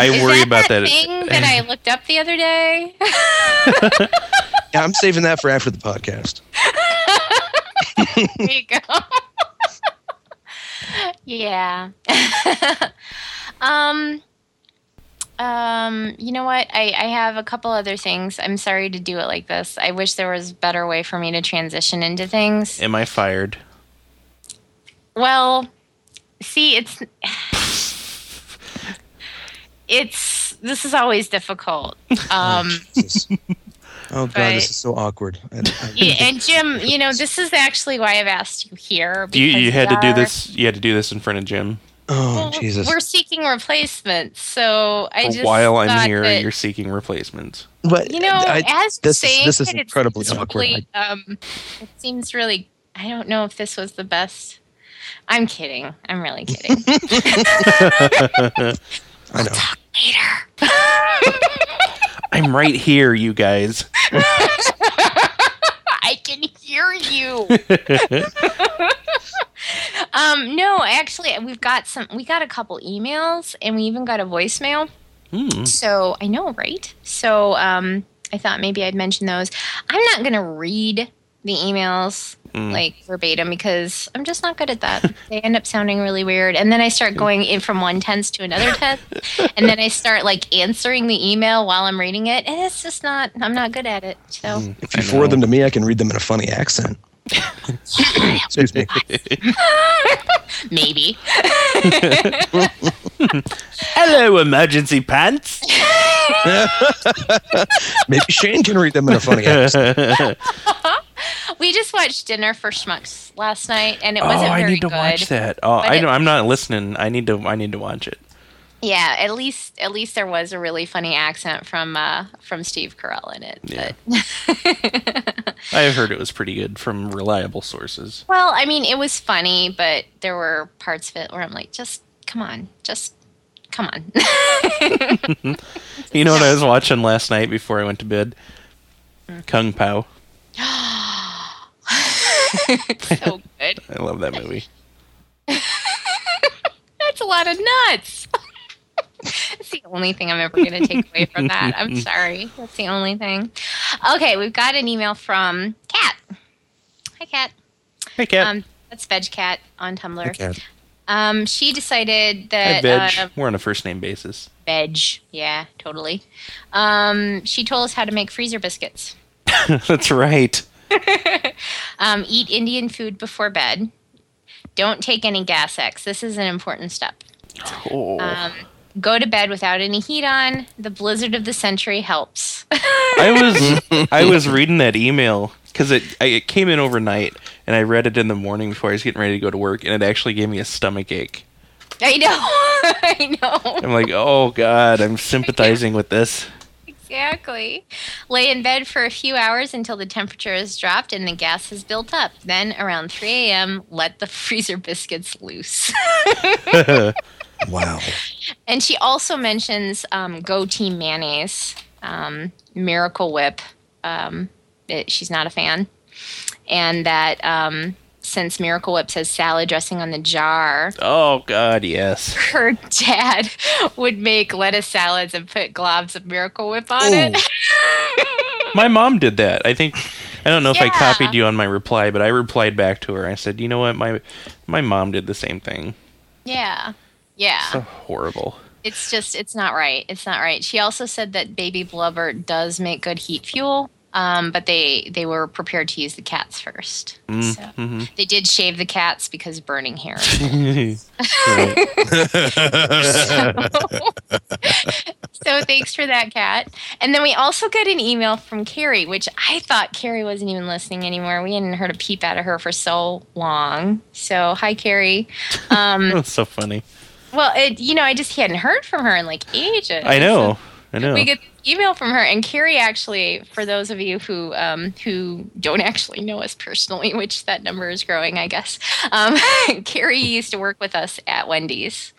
I is worry that about that that. thing that I looked up the other day. yeah, I'm saving that for after the podcast. there you go. yeah. um. Um, you know what? I, I have a couple other things. I'm sorry to do it like this. I wish there was a better way for me to transition into things. Am I fired? Well, see, it's it's this is always difficult. Um, Jesus. Oh god, Right. this is so awkward. I- I- yeah, and Jim, you know, this is actually why I've asked you here. You because you had we to do are- this. You had to do this in front of Jim. oh Well, Jesus. We're seeking replacements, so I just While thought I'm here, that- you're seeking replacements. But you know, I- as you're this is- saying this is that, it incredibly seems awkward. really, um, it seems really. I don't know if this was the best. I'm kidding. I'm really kidding. I know. I'm right here, you guys. I can hear you. um, no, actually, we've got some. We got a couple emails, and we even got a voicemail. Hmm. So I know, right? So um, I thought maybe I'd mention those. I'm not gonna read the emails Mm. like verbatim because I'm just not good at that. they end up sounding really weird, and then I Hmm. start going in from one tense to another tense, and then I start like answering the email while I'm reading it, and it's just not. I'm not good at it. So. If you I forward know. them to me, I can read them in a funny accent. Excuse me. Maybe. Hello, emergency pants. Maybe Shane can read them in a funny accent. We just watched Dinner for Schmucks last night, and it oh, wasn't I very need to good. watch that. Oh, But I it- know. I'm not listening. I need to. I need to watch it. Yeah, at least at least there was a really funny accent from uh, from Steve Carell in it. Yeah. But I have heard it was pretty good from reliable sources. well, I mean, it was funny, but there were parts of it where I'm like, just come on, just come on. You know what I was watching last night before I went to bed? Mm. Kung Pao. it's so good. I love that movie. That's a lot of nuts. That's the only thing I'm ever going to take away from that. I'm sorry. That's the only thing. Okay, we've got an email from Kat. Hi, Kat. Hey, Cat. Um, that's Veg Cat on Tumblr. Okay. Um, she decided Hi, that Veg. uh, We're on a first name basis. Veg. Yeah, totally. Um, she told us how to make freezer biscuits. That's right. Um, eat Indian food before bed. Don't take any gas X. This is an important step. Oh. Um, go to bed without any heat on. The blizzard of the century helps. I was I was reading that email because it I, it came in overnight and I read it in the morning before I was getting ready to go to work and it actually gave me a stomach ache. I know. I know. I'm like, oh god, I'm sympathizing with this. Exactly. Lay in bed for a few hours until the temperature is dropped and the gas has built up. Then, around 3 a.m., let the freezer biscuits loose. Wow. and she also mentions um, goatee mayonnaise, um, Miracle Whip. Um, that she's not a fan. And that um, since Miracle Whip says salad dressing on the jar, Oh god, yes. her dad would make lettuce salads and put globs of Miracle Whip on Ooh. it. My mom did that. I think I don't know if I Yeah. copied you on my reply, but I replied back to her. I said, you know what, my my mom did the same thing. yeah. Yeah. So horrible. It's just, it's not right. It's not right. She also said that baby blubber does make good heat fuel, um, but they they were prepared to use the cats first. Mm, So mhm. they did shave the cats because burning hair. mm-hmm. Right. so thanks for that, cat. And then we also got an email from Carrie, which I thought Carrie wasn't even listening anymore. We hadn't heard a peep out of her for so long. So hi, Carrie. Um, That's so funny. well, it, you know, I just hadn't heard from her in like ages. I know. I know. we get this email from her and carrie actually for those of you who um, who don't actually know us personally which that number is growing i guess um, carrie used to work with us at wendy's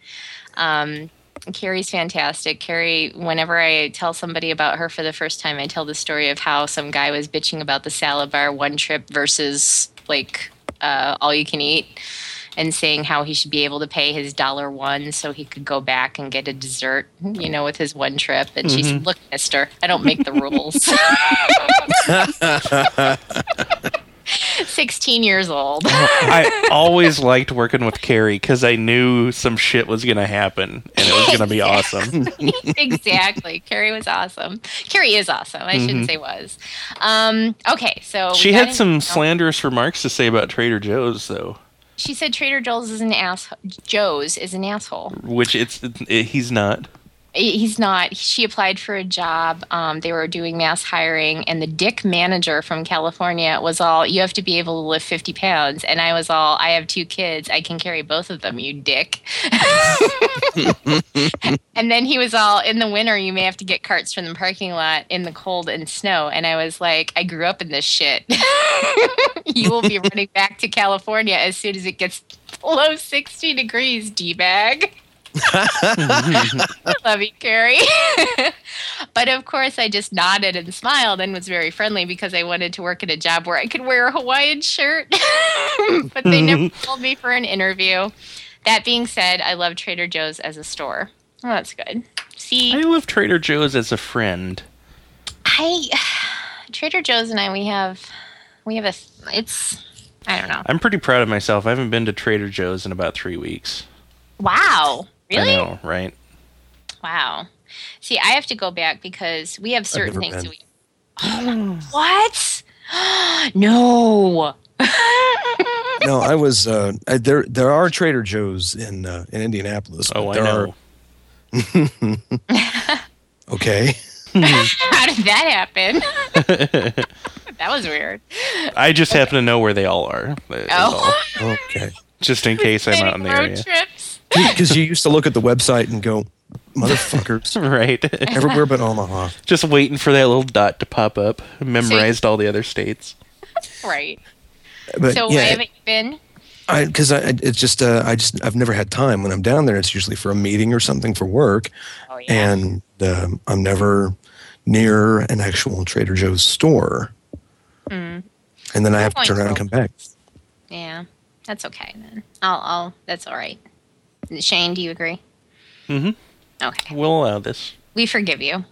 um, carrie's fantastic carrie whenever i tell somebody about her for the first time i tell the story of how some guy was bitching about the salad bar one trip versus like uh, all you can eat and saying how he should be able to pay his dollar one so he could go back and get a dessert, you know, with his one trip. And she Mm-hmm. said, Look, mister, I don't make the rules. 16 years old. I always liked working with Carrie because I knew some shit was gonna happen and it was gonna be awesome. exactly. Carrie was awesome. Carrie is awesome. I shouldn't say was. Um, okay, so. we Mm-hmm. She got had an some email. slanderous remarks to say about Trader Joe's, though, She said Trader Joe's is an ass. Joe's is an asshole. which it's it, he's not. he's not she applied for a job um, they were doing mass hiring and the dick manager from california was all you have to be able to lift 50 pounds and i was all i have two kids i can carry both of them you dick and then he was all in the winter you may have to get carts from the parking lot in the cold and snow and i was like i grew up in this shit you will be running back to california as soon as it gets below 60 degrees d-bag I love you, Carrie. but of course, I just nodded and smiled and was very friendly because I wanted to work at a job where I could wear a Hawaiian shirt. but they never called me for an interview. That being said, I love Trader Joe's as a store. Oh, that's good. I See, love Trader Joe's as a friend. I Trader Joe's and I we have we have a it's I don't know. I'm pretty proud of myself. I haven't been to Trader Joe's in about three weeks. Wow, really? I know, right? Wow. See, I have to go back because we have certain never things been. that we. what? no. No, I was uh, I, there. There are Trader Joe's in uh, in Indianapolis. Oh, but I there know. Are, okay. How did that happen? that was weird. I just happen to know where they all are. that is Oh. all. Okay. just in case I'm out in the road area. trips. Because you used to look at the website and go, Motherfuckers. right? Everywhere but Omaha. Just waiting for that little dot to pop up. Memorized all the other states. Right. But so yeah, where haven't you been? I because I, I- it's just uh, I just I've never had time when I'm down there. It's usually for a meeting or something for work, Oh yeah. and um, I'm never near an actual Trader Joe's store. And then I have to Mm-hmm. Good turn point, around and though. come back. yeah. That's okay then. I'll I'll that's all right. Shane, do you agree? Mhm. Okay. We'll allow this. We forgive you.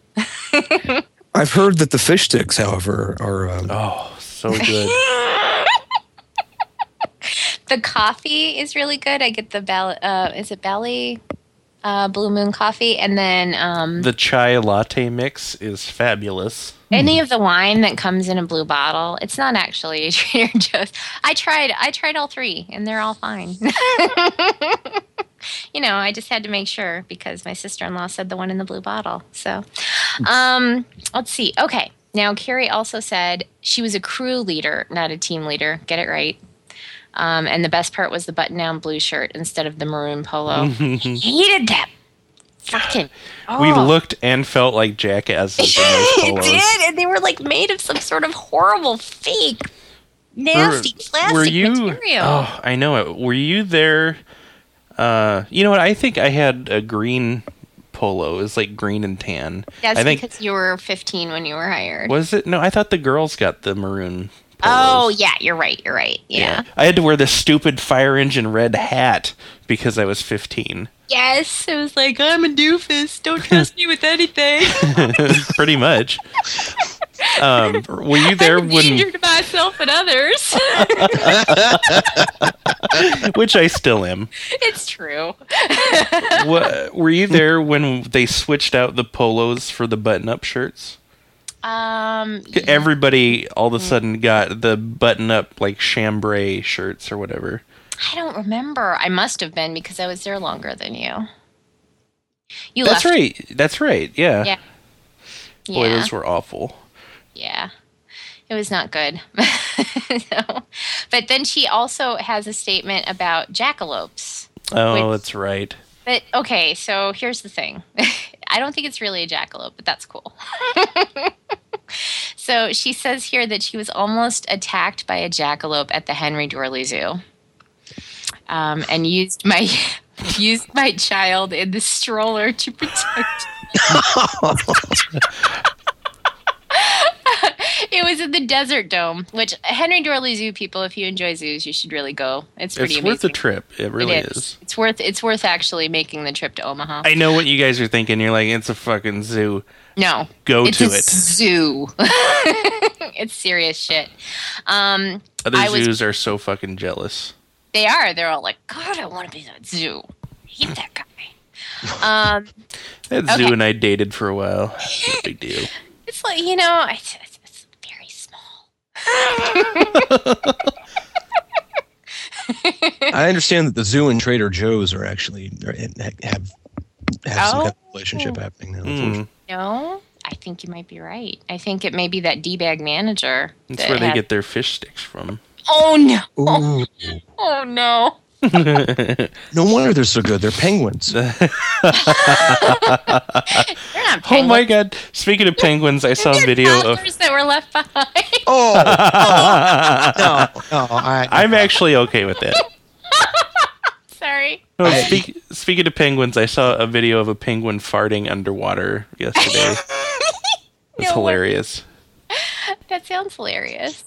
I've heard that the fish sticks, however, are um, Oh, so good. The coffee is really good. I get the Bal uh is it Bally uh Blue Moon coffee and then um the chai latte mix is fabulous. any of the wine that comes in a blue bottle. It's not actually Trader Joe's. I tried I tried all three and they're all fine. you know, I just had to make sure because my sister in law said the one in the blue bottle. So, um, let's see. Okay. Now, Carrie also said she was a crew leader, not a team leader. Get it right. Um, and the best part was the button down blue shirt instead of the maroon polo. Hated that. Fucking. We Oh. looked and felt like jackasses in those it polos. did. And they were like made of some sort of horrible, fake, nasty plastic material. Oh, I know it. Were you there? Uh, you know what? I think I had a green polo. It was like green and tan. That's I think because you were 15 when you were hired. was it? No, I thought the girls got the maroon. Oh, polos. yeah. You're right. You're right. yeah. I had to wear this stupid fire engine red hat because I was 15. Yes, it was like I'm a doofus. Don't trust me with anything. Pretty much. Um, were you there I'm a danger when? to myself and others. Which I still am. it's true. Wha were you there when they switched out the polos for the button-up shirts? Um, e Everybody all of a sudden got the button-up like chambray shirts or whatever. I don't remember. I must have been because I was there longer than you. You That's left. right. That's right. Yeah. Yeah. Boy, yeah. those were awful. yeah it was not good so, but then she also has a statement about jackalopes Oh, Which- that's right. but okay so here's the thing i don't think it's really a jackalope but that's cool so she says here that she was almost attacked by a jackalope at the henry dorley zoo um, and used my used my child in the stroller to protect It was in the Desert Dome, which Henry Dorley Zoo people, if you enjoy zoos, you should really go. It's pretty It's amazing. worth the trip. It really it is. is. It's worth it's worth actually making the trip to Omaha. I know what you guys are thinking. You're like, it's a fucking zoo. no, Go it's to a it. zoo. it's serious shit. Um, Other I was- zoos are so fucking jealous. they are. They're all like, God, I want to be in that zoo. I hate that guy. Um, That zoo Okay. and I dated for a while. No big deal. it's like you know, it's, it's, it's very small. I understand that the zoo and Trader Joe's are actually are, have have some Oh. kind of relationship happening now. Mm. No, I think you might be right. I think it may be that d bag manager. That's that where they had- get their fish sticks from. Oh no! Ooh, Oh no! no wonder they're so good. They're penguins. They're not Oh my penguins. god! Speaking of penguins, I saw a They're video of. toddlers that were left behind. oh I'm no, no, I, actually okay with that. Sorry. No, I- speak, speaking of penguins, I saw a video of a penguin farting underwater yesterday. It's No way. hilarious. That sounds hilarious.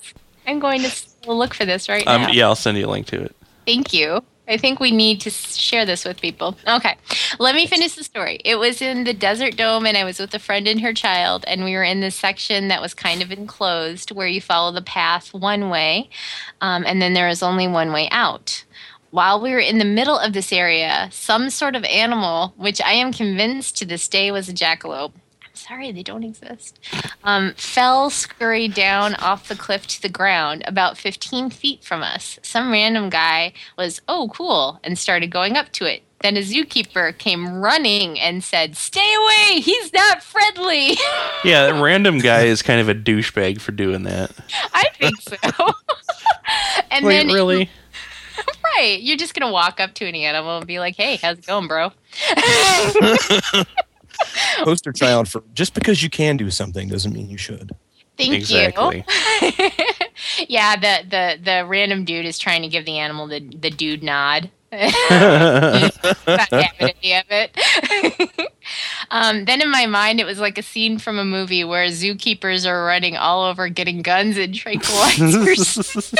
I'm going to s- look for this right now. Um, yeah, I'll send you a link to it. Thank you. I think we need to s- share this with people. Okay. Let me finish the story. It was in the Desert Dome, and I was with a friend and her child, and we were in this section that was kind of enclosed where you follow the path one way, um, and then there is only one way out. While we were in the middle of this area, some sort of animal, which I am convinced to this day was a jackalope, I'm sorry, they don't exist, um, fell, scurried down off the cliff to the ground about 15 feet from us. Some random guy was, oh, cool, and started going up to it. Then a zookeeper came running and said, Stay away, he's not friendly. Yeah, that random guy is kind of a douchebag for doing that. I think so. and Wait, then, really? right, you're just going to walk up to an animal and be like, Hey, how's it going, bro? Poster child for just because you can do something doesn't mean you should. Thank Exactly. you. yeah, the, the the random dude is trying to give the animal the the dude nod. Not having any of it. um, then in my mind, it was like a scene from a movie where zookeepers are running all over getting guns and tranquilizers,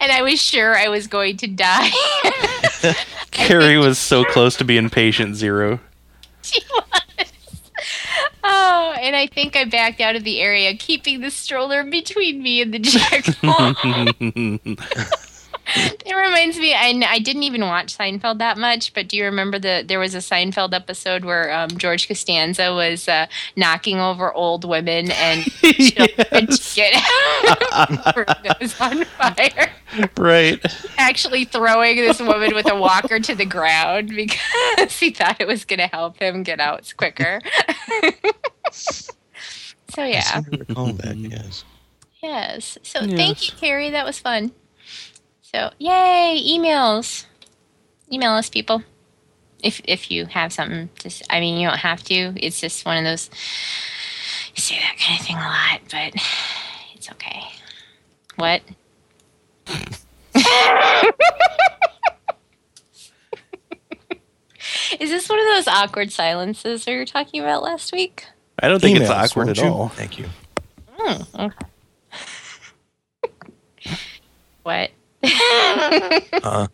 and I was sure I was going to die. Carrie was so close to being patient zero. she was. Oh, and I think I backed out of the area, keeping the stroller between me and the jackpot. it reminds me, I, I didn't even watch Seinfeld that much, but do you remember the there was a Seinfeld episode where um, George Costanza was uh, knocking over old women and children to Yes. get out of the room that was on fire, right. actually throwing this woman with a walker to the ground because he thought it was going to help him get out quicker. so I yeah. seem to recall that, yes. Yes. So Yes. thank you, Carrie. That was fun. So yay, emails. Email us, people. If if you have something, just I mean, you don't have to. It's just one of those. You say that kind of thing a lot, but it's okay. What? Is this one of those awkward silences we were talking about last week? I don't think it's Emails, awkward won't at you? all. Thank you. What? Uh-uh. Uh,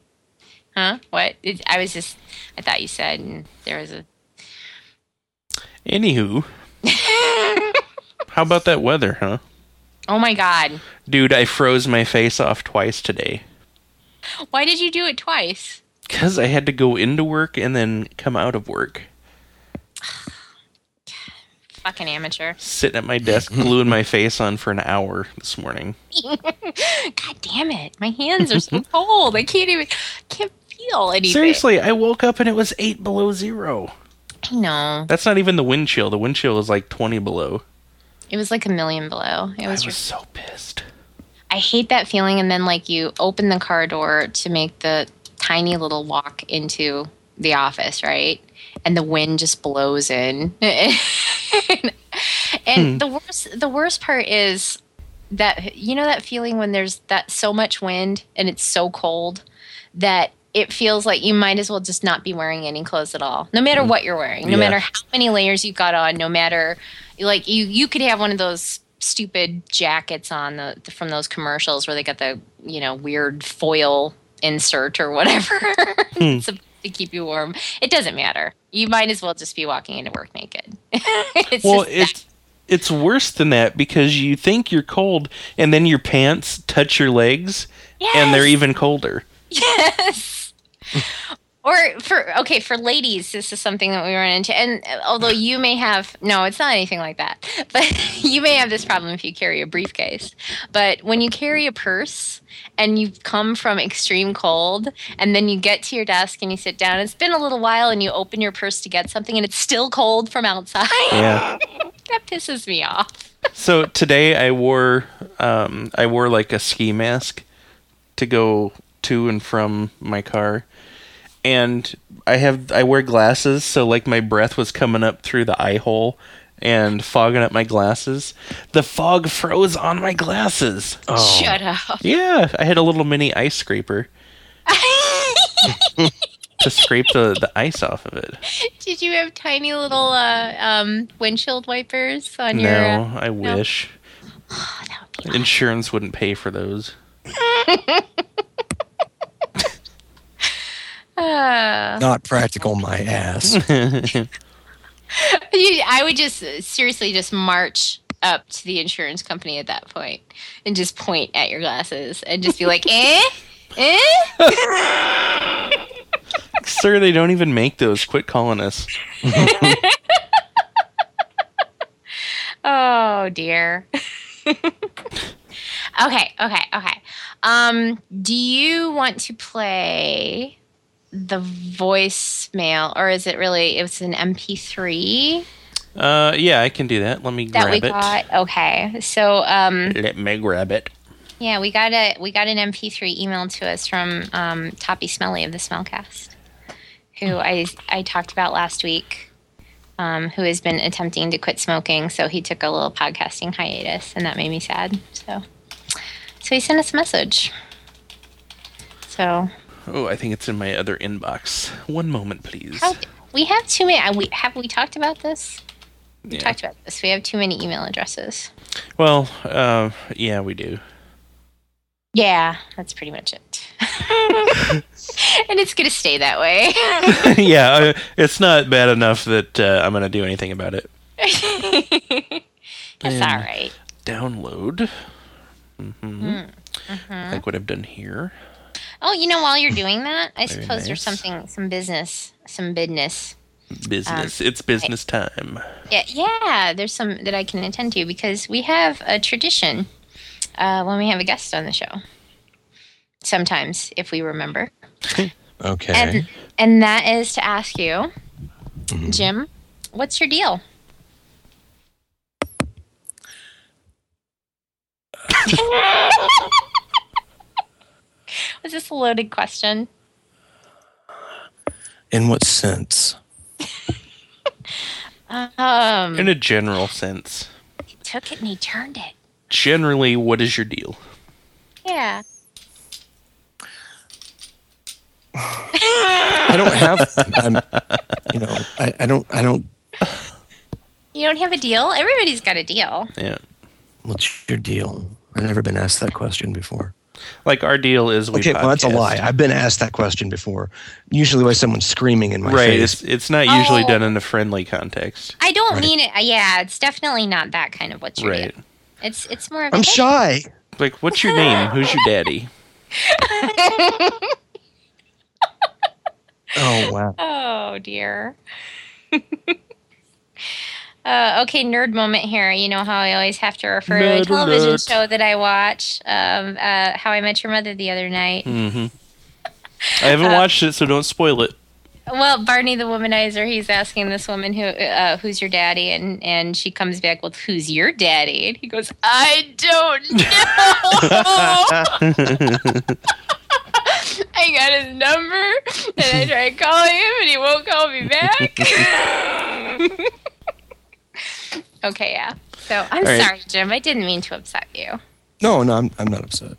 Huh? What? It, I was just, I thought you said, and there was a. Anywho, how about that weather, huh? Oh my God. Dude, I froze my face off twice today. Why did you do it twice? Because I had to go into work and then come out of work. Fucking amateur. Sitting at my desk, gluing my face on for an hour this morning. God damn it. My hands are so cold. I can't even, can't feel anything. Seriously, I woke up and it was 8 below zero. I know. That's not even the wind chill. The wind chill is like 20 below. It was like a million below. It I was, was so pissed. I hate that feeling. And then, like, you open the car door to make the tiny little walk into the office, right? And the wind just blows in. and Hmm. the worst, the worst part is that you know that feeling when there's that so much wind and it's so cold that it feels like you might as well just not be wearing any clothes at all no matter what you're wearing no Hmm. Yeah. matter how many layers you got on no matter like you you could have one of those stupid jackets on the, from those commercials where they got the you know weird foil insert or whatever Hmm. It's supposed to keep you warm it doesn't matter you might as well just be walking into work naked it's well, just that- it's it's worse than that because you think you're cold and then your pants touch your legs and they're Yes! even colder. Yes. or for okay for ladies, this is something that we run into, and uh, although you may have no, it's not anything like that, but you may have this problem if you carry a briefcase. But when you carry a purse and you come from extreme cold, and then you get to your desk and you sit down, it's been a little while, and you open your purse to get something, and it's still cold from outside. Yeah. that pisses me off. so today I wore um I wore like a ski mask to go to and from my car. And I have I wear glasses, so like my breath was coming up through the eye hole and fogging up my glasses. The fog froze on my glasses. Oh. Shut up. Yeah, I had a little mini ice scraper to scrape the, the ice off of it. Did you have tiny little uh, um, windshield wipers on your? uh, No, I wish. Oh, that would be Insurance wouldn't pay for those. Uh, not practical, my ass. you- I would just uh, seriously just march up to the insurance company at that point and just point at your glasses and just be like, eh? Eh? Sir, they don't even make those. Quit calling us. Oh, dear. okay, okay, okay. Um, do you want to play the voicemail or is it really it was an mp3 Uh, yeah, I can do that. Let me that grab we it. got okay so um Let me grab it. yeah we got a we got an mp3 email to us from um toppy smelly of the smellcast who I I talked about last week, um, who has been attempting to quit smoking. So he took a little podcasting hiatus, and that made me sad. So, so he sent us a message. So Oh, I think it's in my other inbox. One moment, please. how, we have too many. I- We have we talked about this. We Yeah. talked about this. We have too many email addresses. Well, uh, yeah, we do. Yeah, that's pretty much it. and it's gonna stay that way. yeah, I, it's not bad enough that uh, I'm gonna do anything about it. That's Yeah. all right. Download. Mm-hmm. Hmm. Like what I've done here. Oh, you know, while you're doing that, I Very suppose there's nice. something, some business, some business. Business. it's business time. Yeah, yeah, there's some that I can attend to because we have a tradition uh, when we have a guest on the show. Sometimes, if we remember, Okay. and and that is to ask you, Mm-hmm. Mm-hmm. Jim, what's your deal? Was this a loaded question? In what sense? Um, In a general sense. took it and he turned it. Generally, what is your deal? Yeah. I don't have. I'm, you know, I, I don't. I don't. You don't have a deal? Everybody's got a deal. Yeah. What's your deal? I've never been asked that question before. Like our deal is we okay, well that's a podcast. lie. I've been asked that question before, usually by someone screaming in my Right. It's, face. it's not usually Oh. done in a friendly context. I don't Right. mean it. uh, Yeah, it's definitely not that kind of what's your Right. deal. It's it's more of I'm a, hey, shy. Like, what's your name? Who's your daddy? Oh wow. Oh dear. uh, okay, nerd moment here. You know how I always have to refer to a Nerd television alert. show that I watch. Um, uh, how I Met Your Mother the other night. Mm-hmm. I haven't Uh, watched it, so don't spoil it. Well, Barney the womanizer, he's asking this woman who uh, who's your daddy, and and she comes back with who's your daddy, and he goes, I don't know. I got his number, and I tried calling him, and he won't call me back. okay, yeah. So I'm All right. sorry, Jim. I didn't mean to upset you. No, no, I'm, I'm not upset.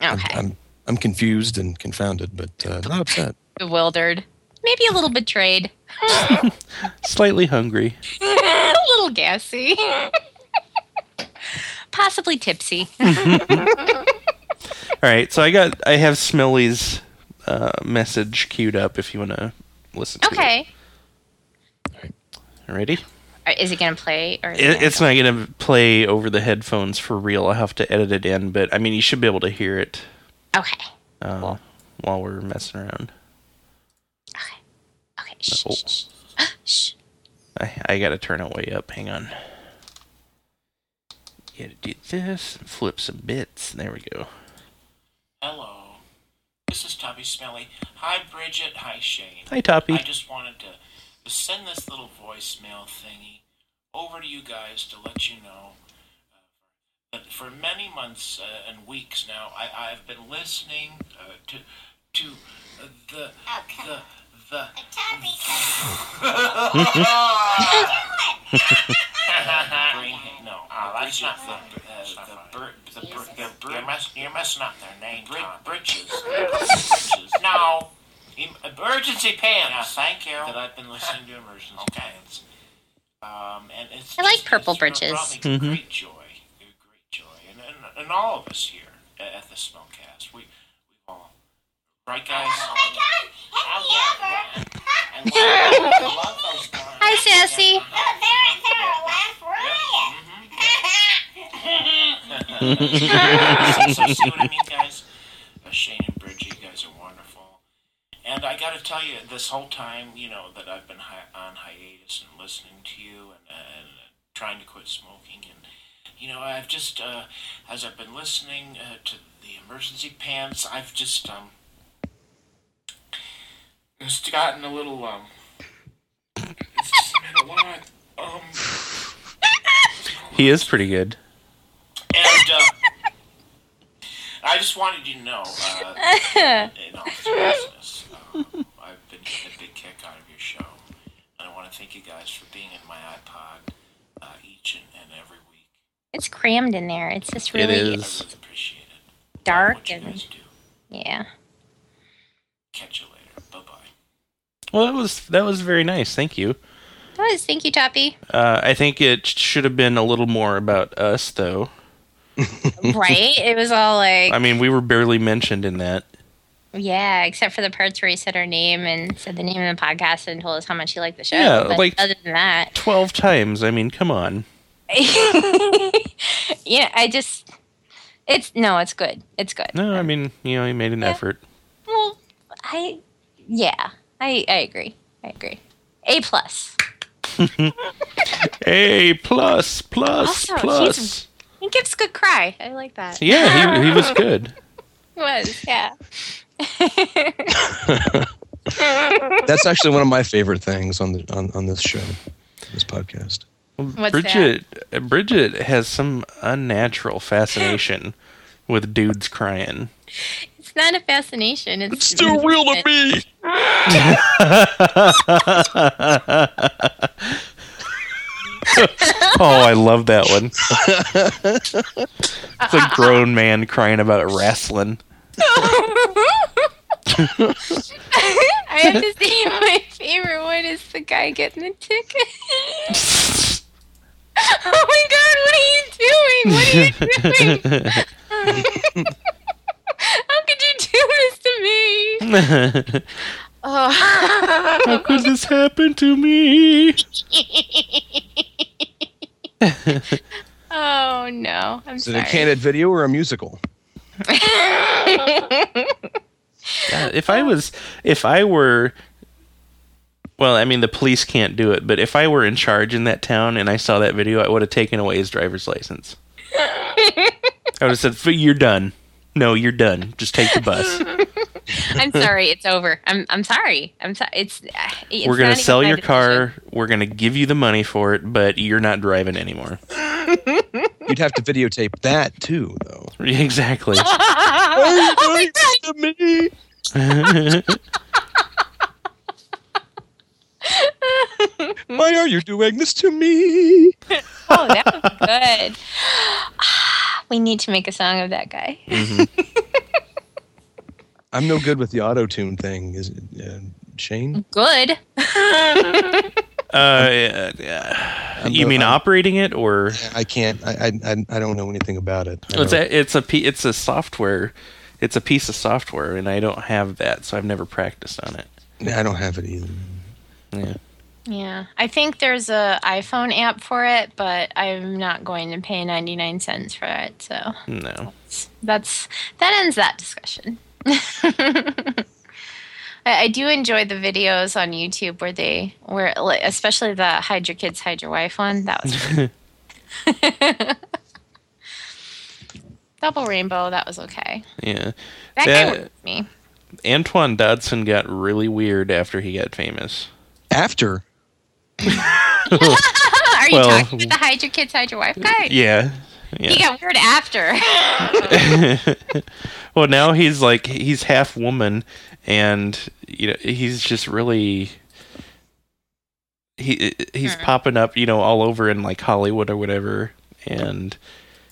I'm, Okay, I'm I'm confused and confounded, but uh, not upset. bewildered, maybe a little betrayed, Slightly hungry. a little gassy. Possibly tipsy. All right, so I got I have Smelly's uh, message queued up if you want to listen to it. Okay. Okay. Ready? Uh, Is it going to play? Or is It, gonna it's go? not going to play over the headphones for real. I'll have to edit it in, but I mean, you should be able to hear it Okay. uh, Cool. while we're messing around. Okay. Shh, Oh. shh, shh. shh. I, I got to turn it way up. Hang on. Got to do this. Flip some bits. There we go. Hello. This is Tubby Smelly. Hi, Bridget. Hi, Shane. Hi, Toppy. I just wanted to, to send this little voicemail thingy over to you guys to let you know uh, that for many months uh, and weeks now, I, I've been listening uh, to to uh, the the the. Bring him- no, that's not the uh, the br- the br- the br- you're, mess, you're messing up their name. Bri- britches. britches. No. Em- emergency pants. Yeah, thank you. That I've been listening to emergency pants. Um, and it's I like just- purple it's, you know, britches. brought me Great joy, great joy, and, and, and all of us here at, at the Smellcast, we we all right, guys. Oh my God! Have you ever? I love, I love those guys. Hi, Sassy. Mm-hmm. so see what I mean, guys? Uh, Shane and Bridget, you guys are wonderful. And I got to tell you, this whole time, you know, that I've been hi- on hiatus and listening to you and, and uh, trying to quit smoking, and you know, I've just uh, as I've been listening uh, to the emergency pants, I've just um, just gotten a little um, it's just been a lot um. He is pretty good. And uh, I just wanted you to know, uh, in all seriousness, um, I've been getting a big kick out thank you guys for being in my iPod uh, each and, and every week. It's crammed in there. It's just It really is. I really appreciate it. dark What you and guys do. yeah. Catch you later. Bye bye. Well, that was that was very nice. Thank you. That was thank you, Toppy. Uh, I think it should have been a little more about us, though. right? It was all like I mean, we were barely mentioned in that. yeah, except for the parts where he said our name and said the name of the podcast and told us how much he liked the show. Yeah, but like- other than that, Twelve times. I mean, come on. yeah, I just it's no, it's good. It's good. No, I mean, you know, he made an Yeah. effort. Well, I yeah, I I agree. I agree. A plus. A plus, plus, Also, plus. he's- He gives good cry. I like that. Yeah, he, he was good. He was yeah. That's actually one of my favorite things on the on, on this show, this podcast. that? Bridget Bridget has some unnatural fascination with dudes crying. It's not a fascination. It's, it's real to me. Oh, I love that one. it's a grown man crying about wrestling. I have to say my favorite one is the guy getting the ticket. oh my god, what are you doing? What are you doing? How could you do this to me? How Oh. could this happen to me? oh no. I'm Is it sorry. a candid video or a musical? God, if I was, if I were, well, I mean, the police can't do it, but if I were in charge in that town and I saw that video, I would have taken away his driver's license. I would have said, "F- "You're done. No, you're done. Just take the bus. I'm sorry. It's over. I'm I'm sorry. I'm sorry. It's, it's We're not gonna even sell my your decision. car. We're gonna give you the money for it, but you're not driving anymore." You'd have to videotape that too, though. exactly. Why are you doing this to me? Oh, that was good. we need to make a song of that guy. Mm. I'm no good with the auto tune thing, is it, uh, Shane? Good. Uh, yeah, yeah. You no- mean operating it or? I can't. I I, I- I don't know anything about it. I It's don't- a, it's a p- it's a software, it's a piece of software, and I don't have that, so I've never practiced on it. I don't have it either. Yeah. Yeah, I think there's a iPhone app for it, but I'm not going to pay 99 cents for it. So No. that's that ends that discussion. I, I do enjoy the videos on YouTube where they where like, especially the hide your kids, hide your wife one. That was fun. double rainbow. That was okay. Yeah. That Yeah. guy worked with me. Antoine Dodson got really weird after he got famous. After Are you Well- talking about the hide your kids, hide your wife guy? Yeah. He Yeah. got weird after. Well, now he's like he's half woman, and you know he's just really he he's popping up you know all over in like Hollywood or whatever, and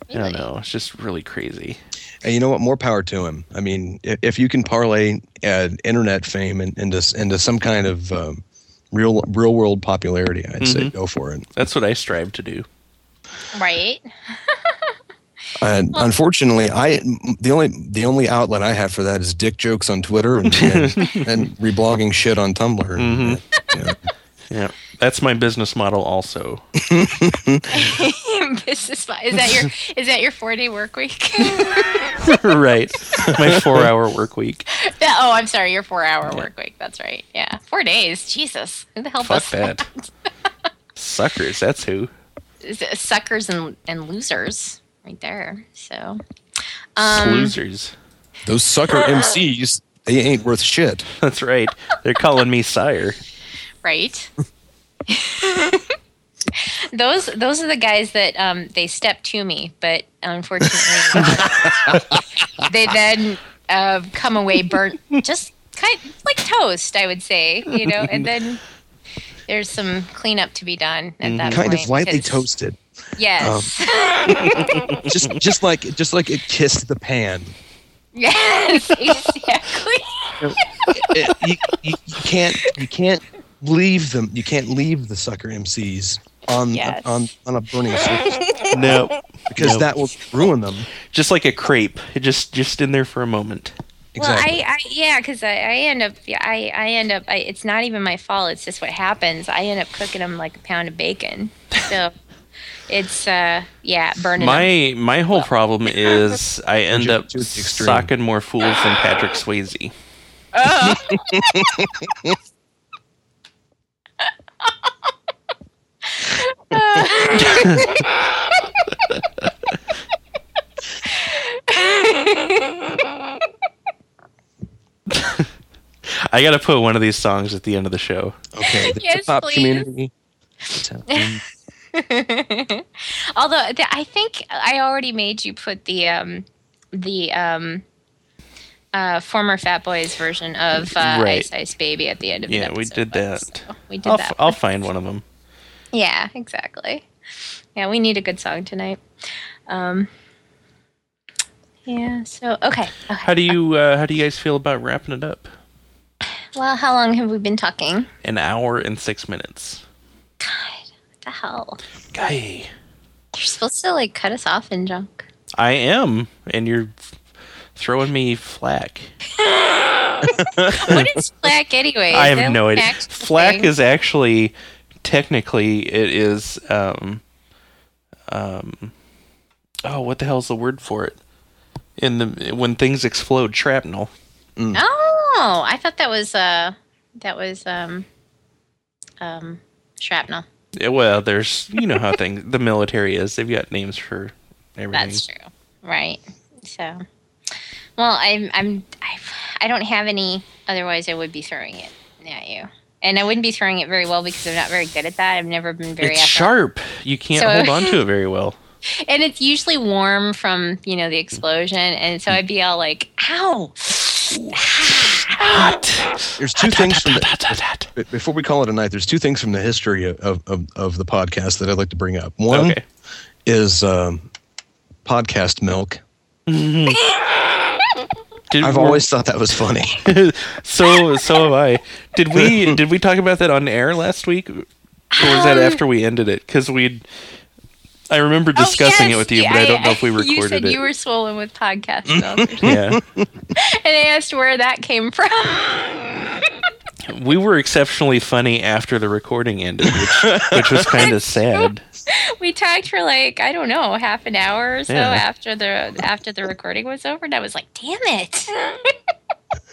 I Really? don't know, it's just really crazy. And you know what? More power to him. I mean, if, if you can parlay uh, internet fame in- into s- into some kind of um, real real world popularity, I'd say Mm-hmm. go for it. That's what I strive to do. Right. And unfortunately, I the only the only outlet I have for that is dick jokes on Twitter and, and, and reblogging shit on Tumblr. Yeah. Yeah, that's my business model also. business mo- is that your is that your four day work week? right. My four hour work week. That- oh, I'm sorry, your four hour work week. That's right. Yeah, four days. Jesus, who the hell Fuck does that. Suckers, that's who. Is it Suckers and and losers, right there. So, Losers. Those sucker MCs, they ain't worth shit. That's right. They're calling me sire. right. those those are the guys that um, they step to me, but unfortunately, they then uh, come away burnt, just kind like toast. I would say, you know, and then. There's some cleanup to be done at that Mm-hmm. kind point. of lightly 'cause- toasted, Yes. just just like just like it kissed the pan. yes. Exactly. It- you, you, you can't you can't leave them. You can't leave the sucker MCs on Yes. on on a burning surface no, because No. that will ruin them. just like a crepe, just just in there for a moment. Exactly. Well, I, I yeah, because I, I end up, yeah, I, I end up. I, it's not even my fault. It's just what happens. I end up cooking them like a pound of bacon. So it's uh, yeah, burning. 'em. My my whole problem is I end Too- up too extreme. socking more fools than Patrick Swayze. Oh. I gotta put one of these songs at the end of the show. okay. The Yes, hip hop please. community. So, um, Although th- I think I already made you put the um, the um, uh, former Fat Boys version of uh, Right. Ice Ice Baby at the end of Yeah, an we episode, did but- that. so we did I'll, that. f- I'll find one of them. Yeah, exactly. Yeah, we need a good song tonight. Um, yeah. So okay. okay. How do you uh, how do you guys feel about wrapping it up? Well, how long have we been talking? An hour and six minutes. What the hell? Guy, You're supposed to like cut us off in junk. I am, and you're throwing me flack. What is flack anyway? I Is that have no like an idea. actual Flack thing? is actually technically it is um um oh what the hell's the word for it in the when things explode shrapnel Oh, I thought that was uh that was um um shrapnel. Yeah, well there's you know how things the military is they've got names for everything That's true. Right. So well, I'm I'm I've, I don't have any otherwise I would be throwing it at you. And I wouldn't be throwing it very well because I'm not very good at that. I've never been very it's athletic. sharp you can't So- hold on to it very well And it's usually warm from, you know, the explosion and so I'd be all like, "Ow." hot there's two things from the, Hot, hot, hot. b- before we call it a night. There's two things from the history of of, of the podcast that I'd like to bring up. One okay is um, podcast milk. Did- I've always thought that was funny. so so have I. Did we did we talk about that on air last week, or was that Um, after we ended it? Because we, I remember Oh, discussing it with you, but I, don't know if we recorded You said it. you were swollen with podcast milk. or something. yeah, and I asked where that came from. we were exceptionally funny after the recording ended, which, which was kind of sad. we talked for like I don't know half an hour or so Yeah. after the after the recording was over, and I was like, "Damn it!"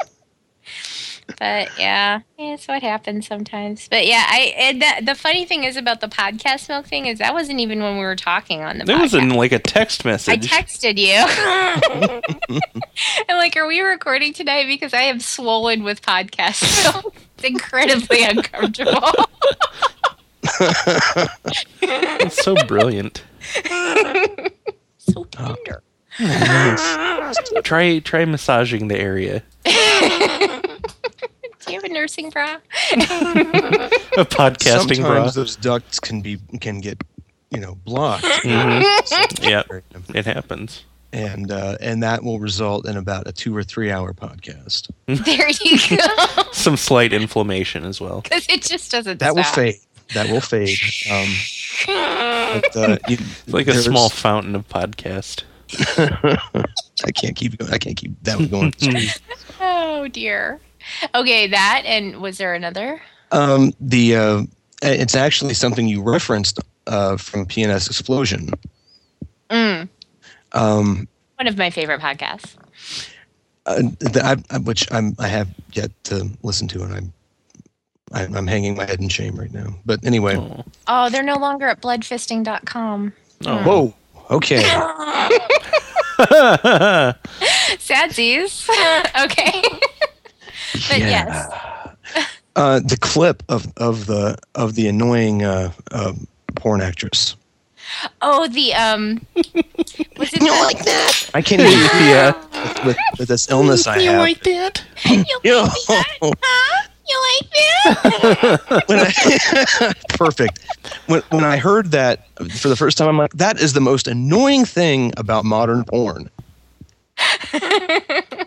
but yeah, yeah, it's what happens sometimes. But yeah, I and that, the funny thing is about the podcast milk thing is that wasn't even when we were talking on the. There was podcast. in like a text I message. texted you. I'm like, are we recording tonight? Because I am swollen with podcasts. So it's incredibly uncomfortable. It's so brilliant. so tender. Try try massaging the area. Do you have a nursing bra? A podcasting bra. Sometimes those ducts can be can get you know blocked. Yeah, it happens. and uh, and that will result in about a two or three hour podcast. There you go. Some slight inflammation as well. Because it just doesn't. That will stop. fade. That will fade. Um, but, uh, you- It's like a there's- small fountain of podcast. I can't keep going. I can't keep that one going. Mm-hmm. Oh dear. Okay, that and was there another? um, the uh, it's actually something you referenced uh, from PNS Explosion. Mm, Um, one of my favorite podcasts. uh, that I, I- which I'm, I have yet to listen to, and I'm, I'm I'm hanging my head in shame right now. But anyway, Oh. Oh, they're no longer at bloodfisting.com. Oh. whoa, okay, Sadsies. okay. but yes. Uh, the clip of of the of the annoying uh, uh, porn actress. Oh, the um was it the, like that? I can't even uh, yeah. with, with, with this illness I have. that? You, Yo. huh? You like that? when I, perfect. When, when I heard that for the first time, I'm like, that is the most annoying thing about modern porn.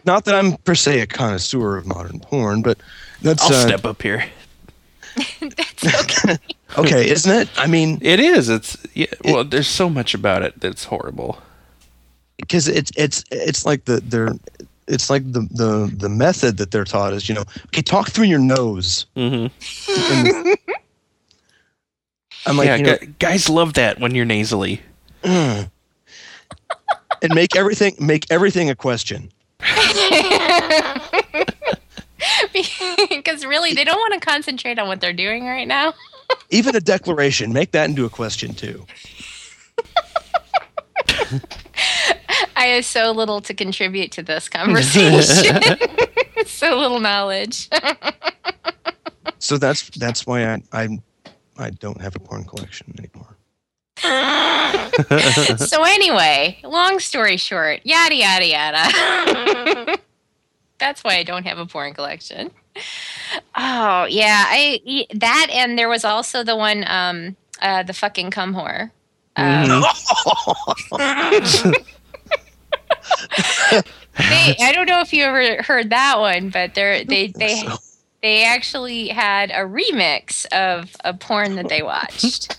Not that I'm per se a connoisseur of modern porn, but that's I'll uh, step up here. okay, isn't it? I mean, It is. It's yeah, well. There's so much about it that's horrible. because it's it's it's like the they're it's like the, the the method that they're taught is you know okay talk through your nose. Mm-hmm. I'm like yeah, you know, gu- guys love that when you're nasally. and make everything make everything a question. because really, they don't want to concentrate on what they're doing right now. Even a declaration, make that into a question too. I have so little to contribute to this conversation. so little knowledge. So that's that's why I I, I don't have a porn collection anymore. so anyway, long story short, yada yada yada. That's why I don't have a porn collection. Oh yeah, I that and there was also the one, um, uh, the fucking cum whore. Um, Um, they, I don't know if you ever heard that one, but they're, they they So- they actually had a remix of a porn that they watched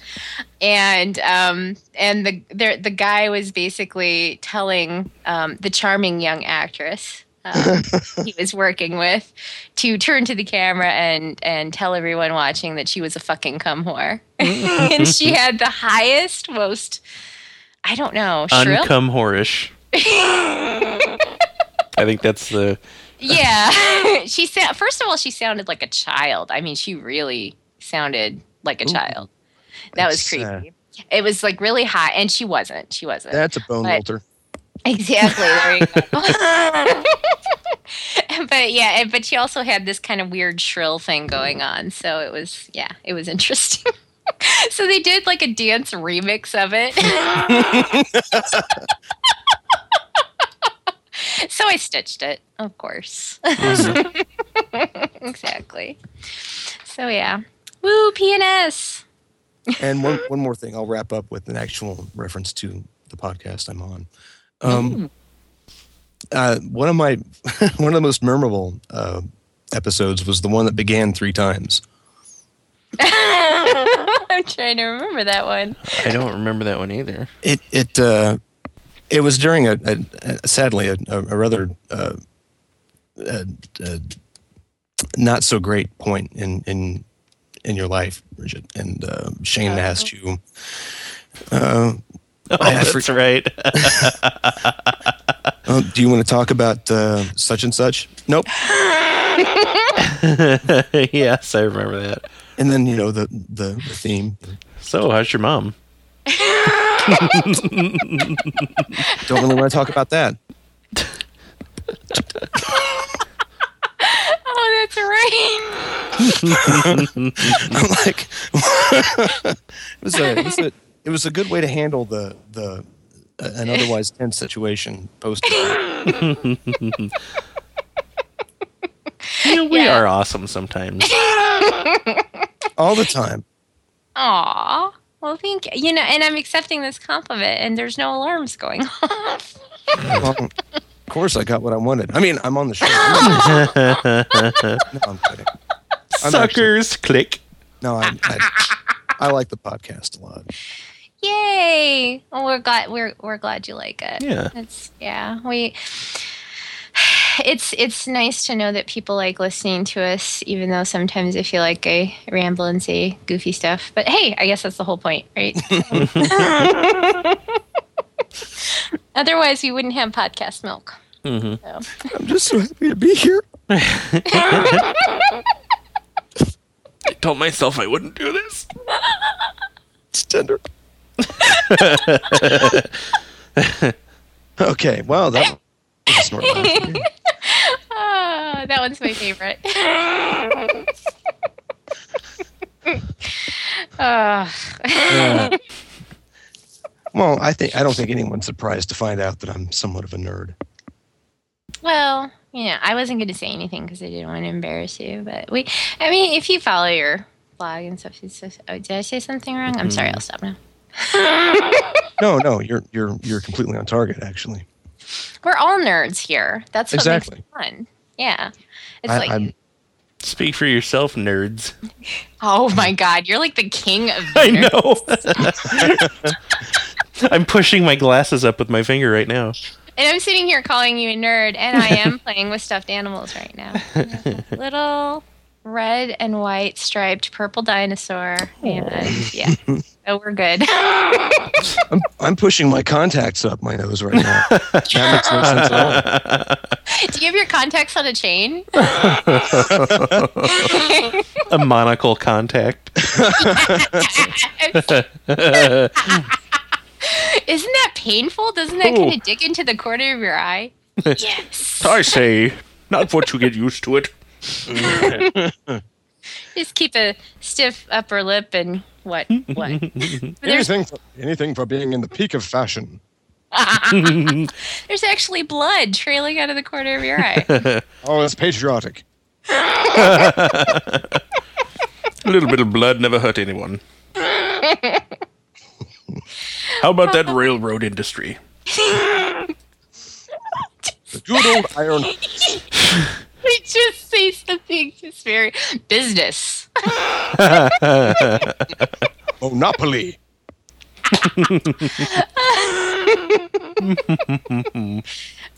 and um and the there, the guy was basically telling um the charming young actress um, he was working with to turn to the camera and and tell everyone watching that she was a fucking cum whore and she had the highest most i don't know shrill Uncome whorish. I think that's the Yeah. she sa- first of all, she sounded like a child. I mean, she really sounded like a Ooh. child. That was That's, uh, creepy. it was like really hot, and she wasn't. She wasn't. That's a bone But- alter. Exactly. There you go. but yeah, and- but she also had this kind of weird shrill thing going on. So it was, yeah, it was interesting. so they did like a dance remix of it. so I stitched it, of course. exactly. So yeah. Woo, PNS. And one, one more thing, I'll wrap up with an actual reference to the podcast I'm on. Um, uh, one of my one of the most memorable uh, episodes was the one that began three times. I'm trying to remember that one. I don't remember that one either. It it uh, it was during a, a, a sadly a, a a rather uh, a, a not so great point in in in your life, Bridget. And uh, Shane asked you. Uh-huh. uh, Oh, I that's forg- right. Oh, do you want to talk about uh, such and such? Nope. yes, I remember that. And then you know the the, the theme. So, how's your mom? Don't really want to talk about that. Oh, that's right. I'm like, it was a it was a, it was a good way to handle the the uh, an otherwise tense situation post. You know, we Yeah. are awesome sometimes. All the time. Aw. Well, thank you. You know, and I'm accepting this compliment, and there's no alarms going off. Well, of course, I got what I wanted. I mean, I'm on the show. no, I'm kidding. I'm Suckers, click. No, I, I I like the podcast a lot. Yay! Well, we're glad we're we're glad you like it. Yeah. It's yeah. We. It's it's nice to know that people like listening to us, even though sometimes I feel like I ramble and say goofy stuff. But hey, I guess that's the whole point, right? Otherwise, we wouldn't have podcast milk. hmm So. I'm just so happy to be here. I told myself I wouldn't do this. It's tender. okay. Wow, that was a snort laugh. Oh, that one's my favorite. oh, Yeah. well, I think I don't think anyone's surprised to find out that I'm somewhat of a nerd. well, Yeah, I wasn't going to say anything because I didn't want to embarrass you. But we, I mean, if you follow your blog and stuff, it's just, oh, did I say something wrong? Mm-hmm. I'm sorry, I'll stop now. No, no, you're you're you're completely on target actually. We're all nerds here. That's what Exactly. makes it fun. Yeah. It's I- like, I'm- Speak for yourself, nerds. oh my God, you're like the king of I nerds. know. I'm pushing my glasses up with my finger right now. And I'm sitting here calling you a nerd, and I am playing with stuffed animals right now. Little red and white striped purple dinosaur. And yeah, so we're good. I'm I'm pushing my contacts up my nose right now. that makes no sense at all. Do you have your contacts on a chain? A monocle contact. Isn't that painful? Doesn't that Oh. kind of dig into the corner of your eye? yes. I say, not what you get used to it. Just keep a stiff upper lip and what? What? But there's Anything for, anything for being in the peak of fashion. there's actually blood trailing out of the corner of your eye. Oh, it's patriotic. A little bit of blood never hurt anyone. How about that railroad industry? The good old iron. I just say something just very business. Monopoly.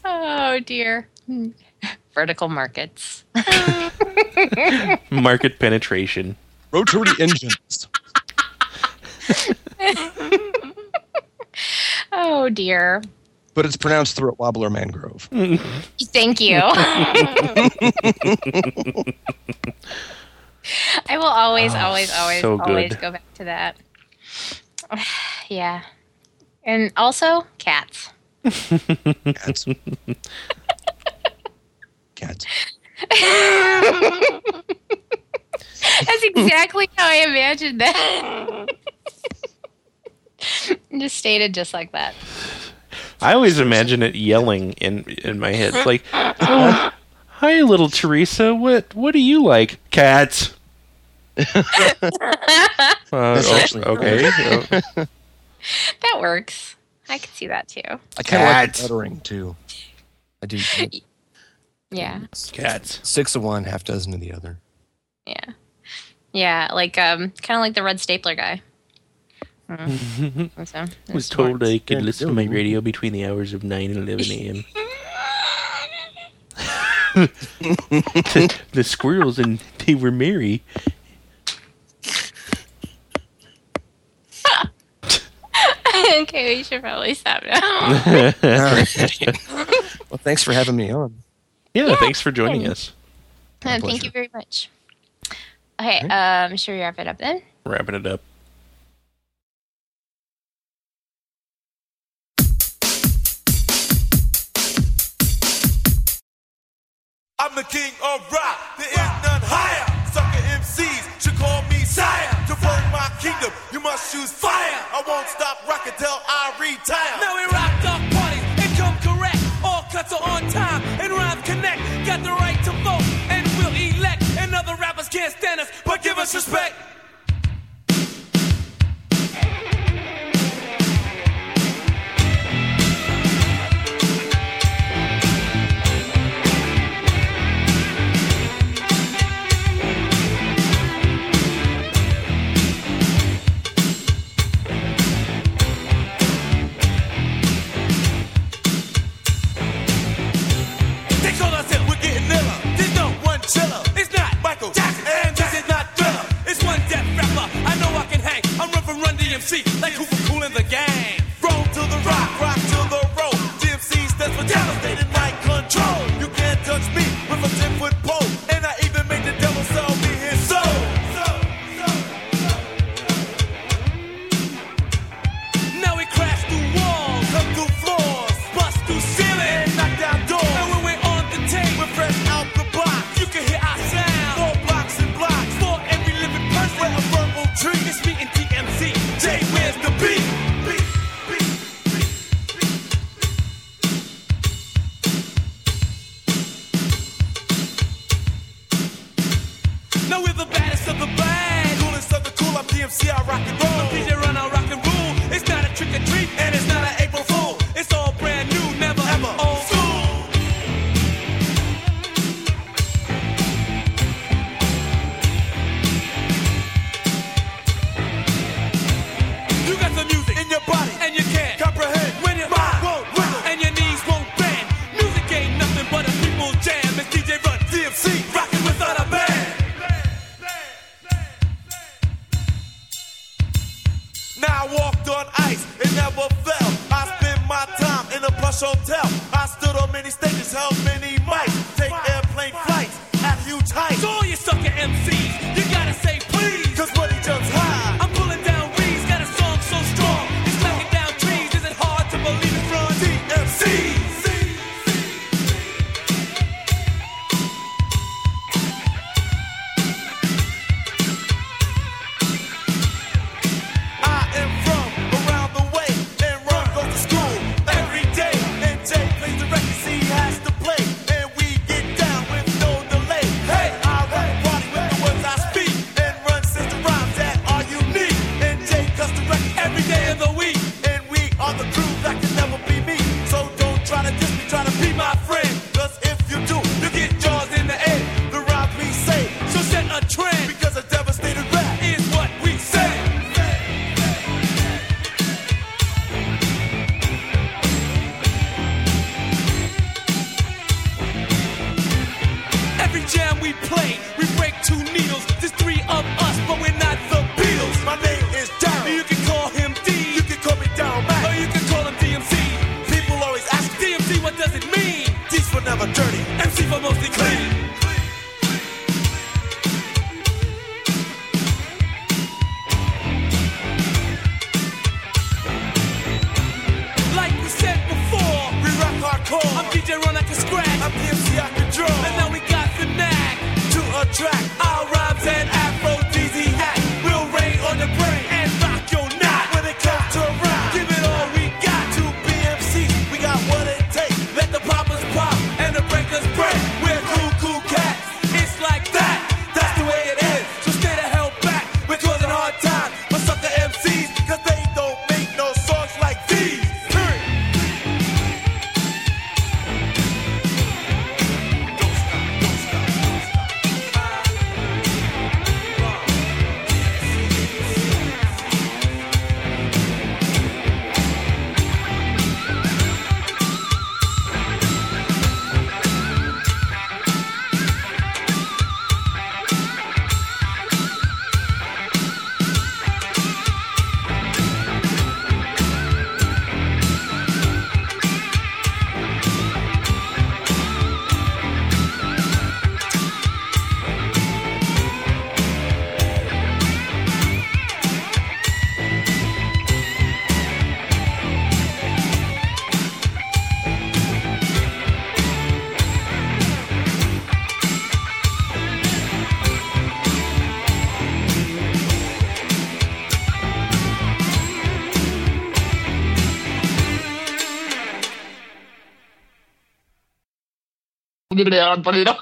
Oh dear. Hmm. Vertical markets. Market penetration. Rotary engines. Oh dear. But it's pronounced throat wobbler mangrove. Thank you. I will always, always, always, Ah, so good. always go back to that. yeah. And also cats. Cats. Cats. That's exactly how I imagined that. just stated just like that. I always imagine it yelling in in my head. It's like, oh, hi, little Teresa. What what do you like? Cats. Uh, That's oh, actually- okay. Oh, That works. I could see that too. I kind of like Cats. the lettering too. I do Yeah. Cats. six of one, half dozen of the other. Yeah. Yeah, like um kind of like the red stapler guy. Mm. so, I was told I could Yeah, listen to my radio between the hours of 9 and 11 a.m. the, the squirrels and they were merry. okay, we should probably stop now. Um, yeah, Well, thanks for having me on. thanks for joining us. Uh, thank you very much. Okay, um, should we wrap it up then? Wrapping it up. I'm the king of rock, there is none higher. Sucker MCs should call me sire. To rule my kingdom, you must use fire. I won't stop rockin' till I retire. Now we rock dog parties, income correct. All cuts are on time and rhymes connect. Got the right to vote and we'll elect. And other rappers can't stand us, but give us respect. They call us it, we're getting iller. There's no one chiller. It's not Michael Jackson, and this is not thriller. It's one we're the baddest of the bad. Cool and sucker cool, I'm DMC, I rock and roll. DJ Run, I rock and rule. It's not a trick or treat, and it's not an April Fool. It's all brand new, never ever old school. You got the music In your body, and you can't comprehend. when your Mind mind won't won't wiggle. and your knees won't bend. Music ain't nothing but a people's jam. It's DJ Run, DMC, rocking without a band. Now I walked on ice and never fell. I spent my time in a plush hotel. I stood on many stages, held many mics, take airplane flights at huge heights. So all you sucker MCs, you gotta say please. Cause money jumps high. I'm pulling down weeds, got a song so strong. It's knocking down trees, is it hard to believe it's from DMC. I am from around the way and run goes to school every day. And Jay plays the record, C has to play. And we get down with no delay. Hey, I rap party with the words I speak. And run says the rhymes that are unique. And Jay cuts the record every day of the week. And we are the crew that can never be me. So don't try to diss me, try to be my friend. Cause if you do, you get jaws in the end. The rhymes we say, So set a trend because of devastated rap. is what we say. Every jam we play, we break two needles. There's three of us, but we're not the Beatles. My name is Down. You can call him D, You can call me Down or Mac. you can call him DMC. People always ask me, DMC, what does it mean? these were never dirty. MC for mostly clean. Like we said before, We rock hardcore. I'm DJ Run like I'm a scratch, DMC, I control. and now we got the knack. to attract Our rhymes and Afro-DZ hack will rain on the brain and rock your knot. when it comes to rap. Give it all we got. Two BMCs, we got what it takes. Let the poppers pop and the breakers break. We're cool, cool cats. It's like that. That's the way it is. So stay the hell back. We're causing hard times for sucker MCs, cause they don't make no songs like these. Period. Blah, blah, blah, blah.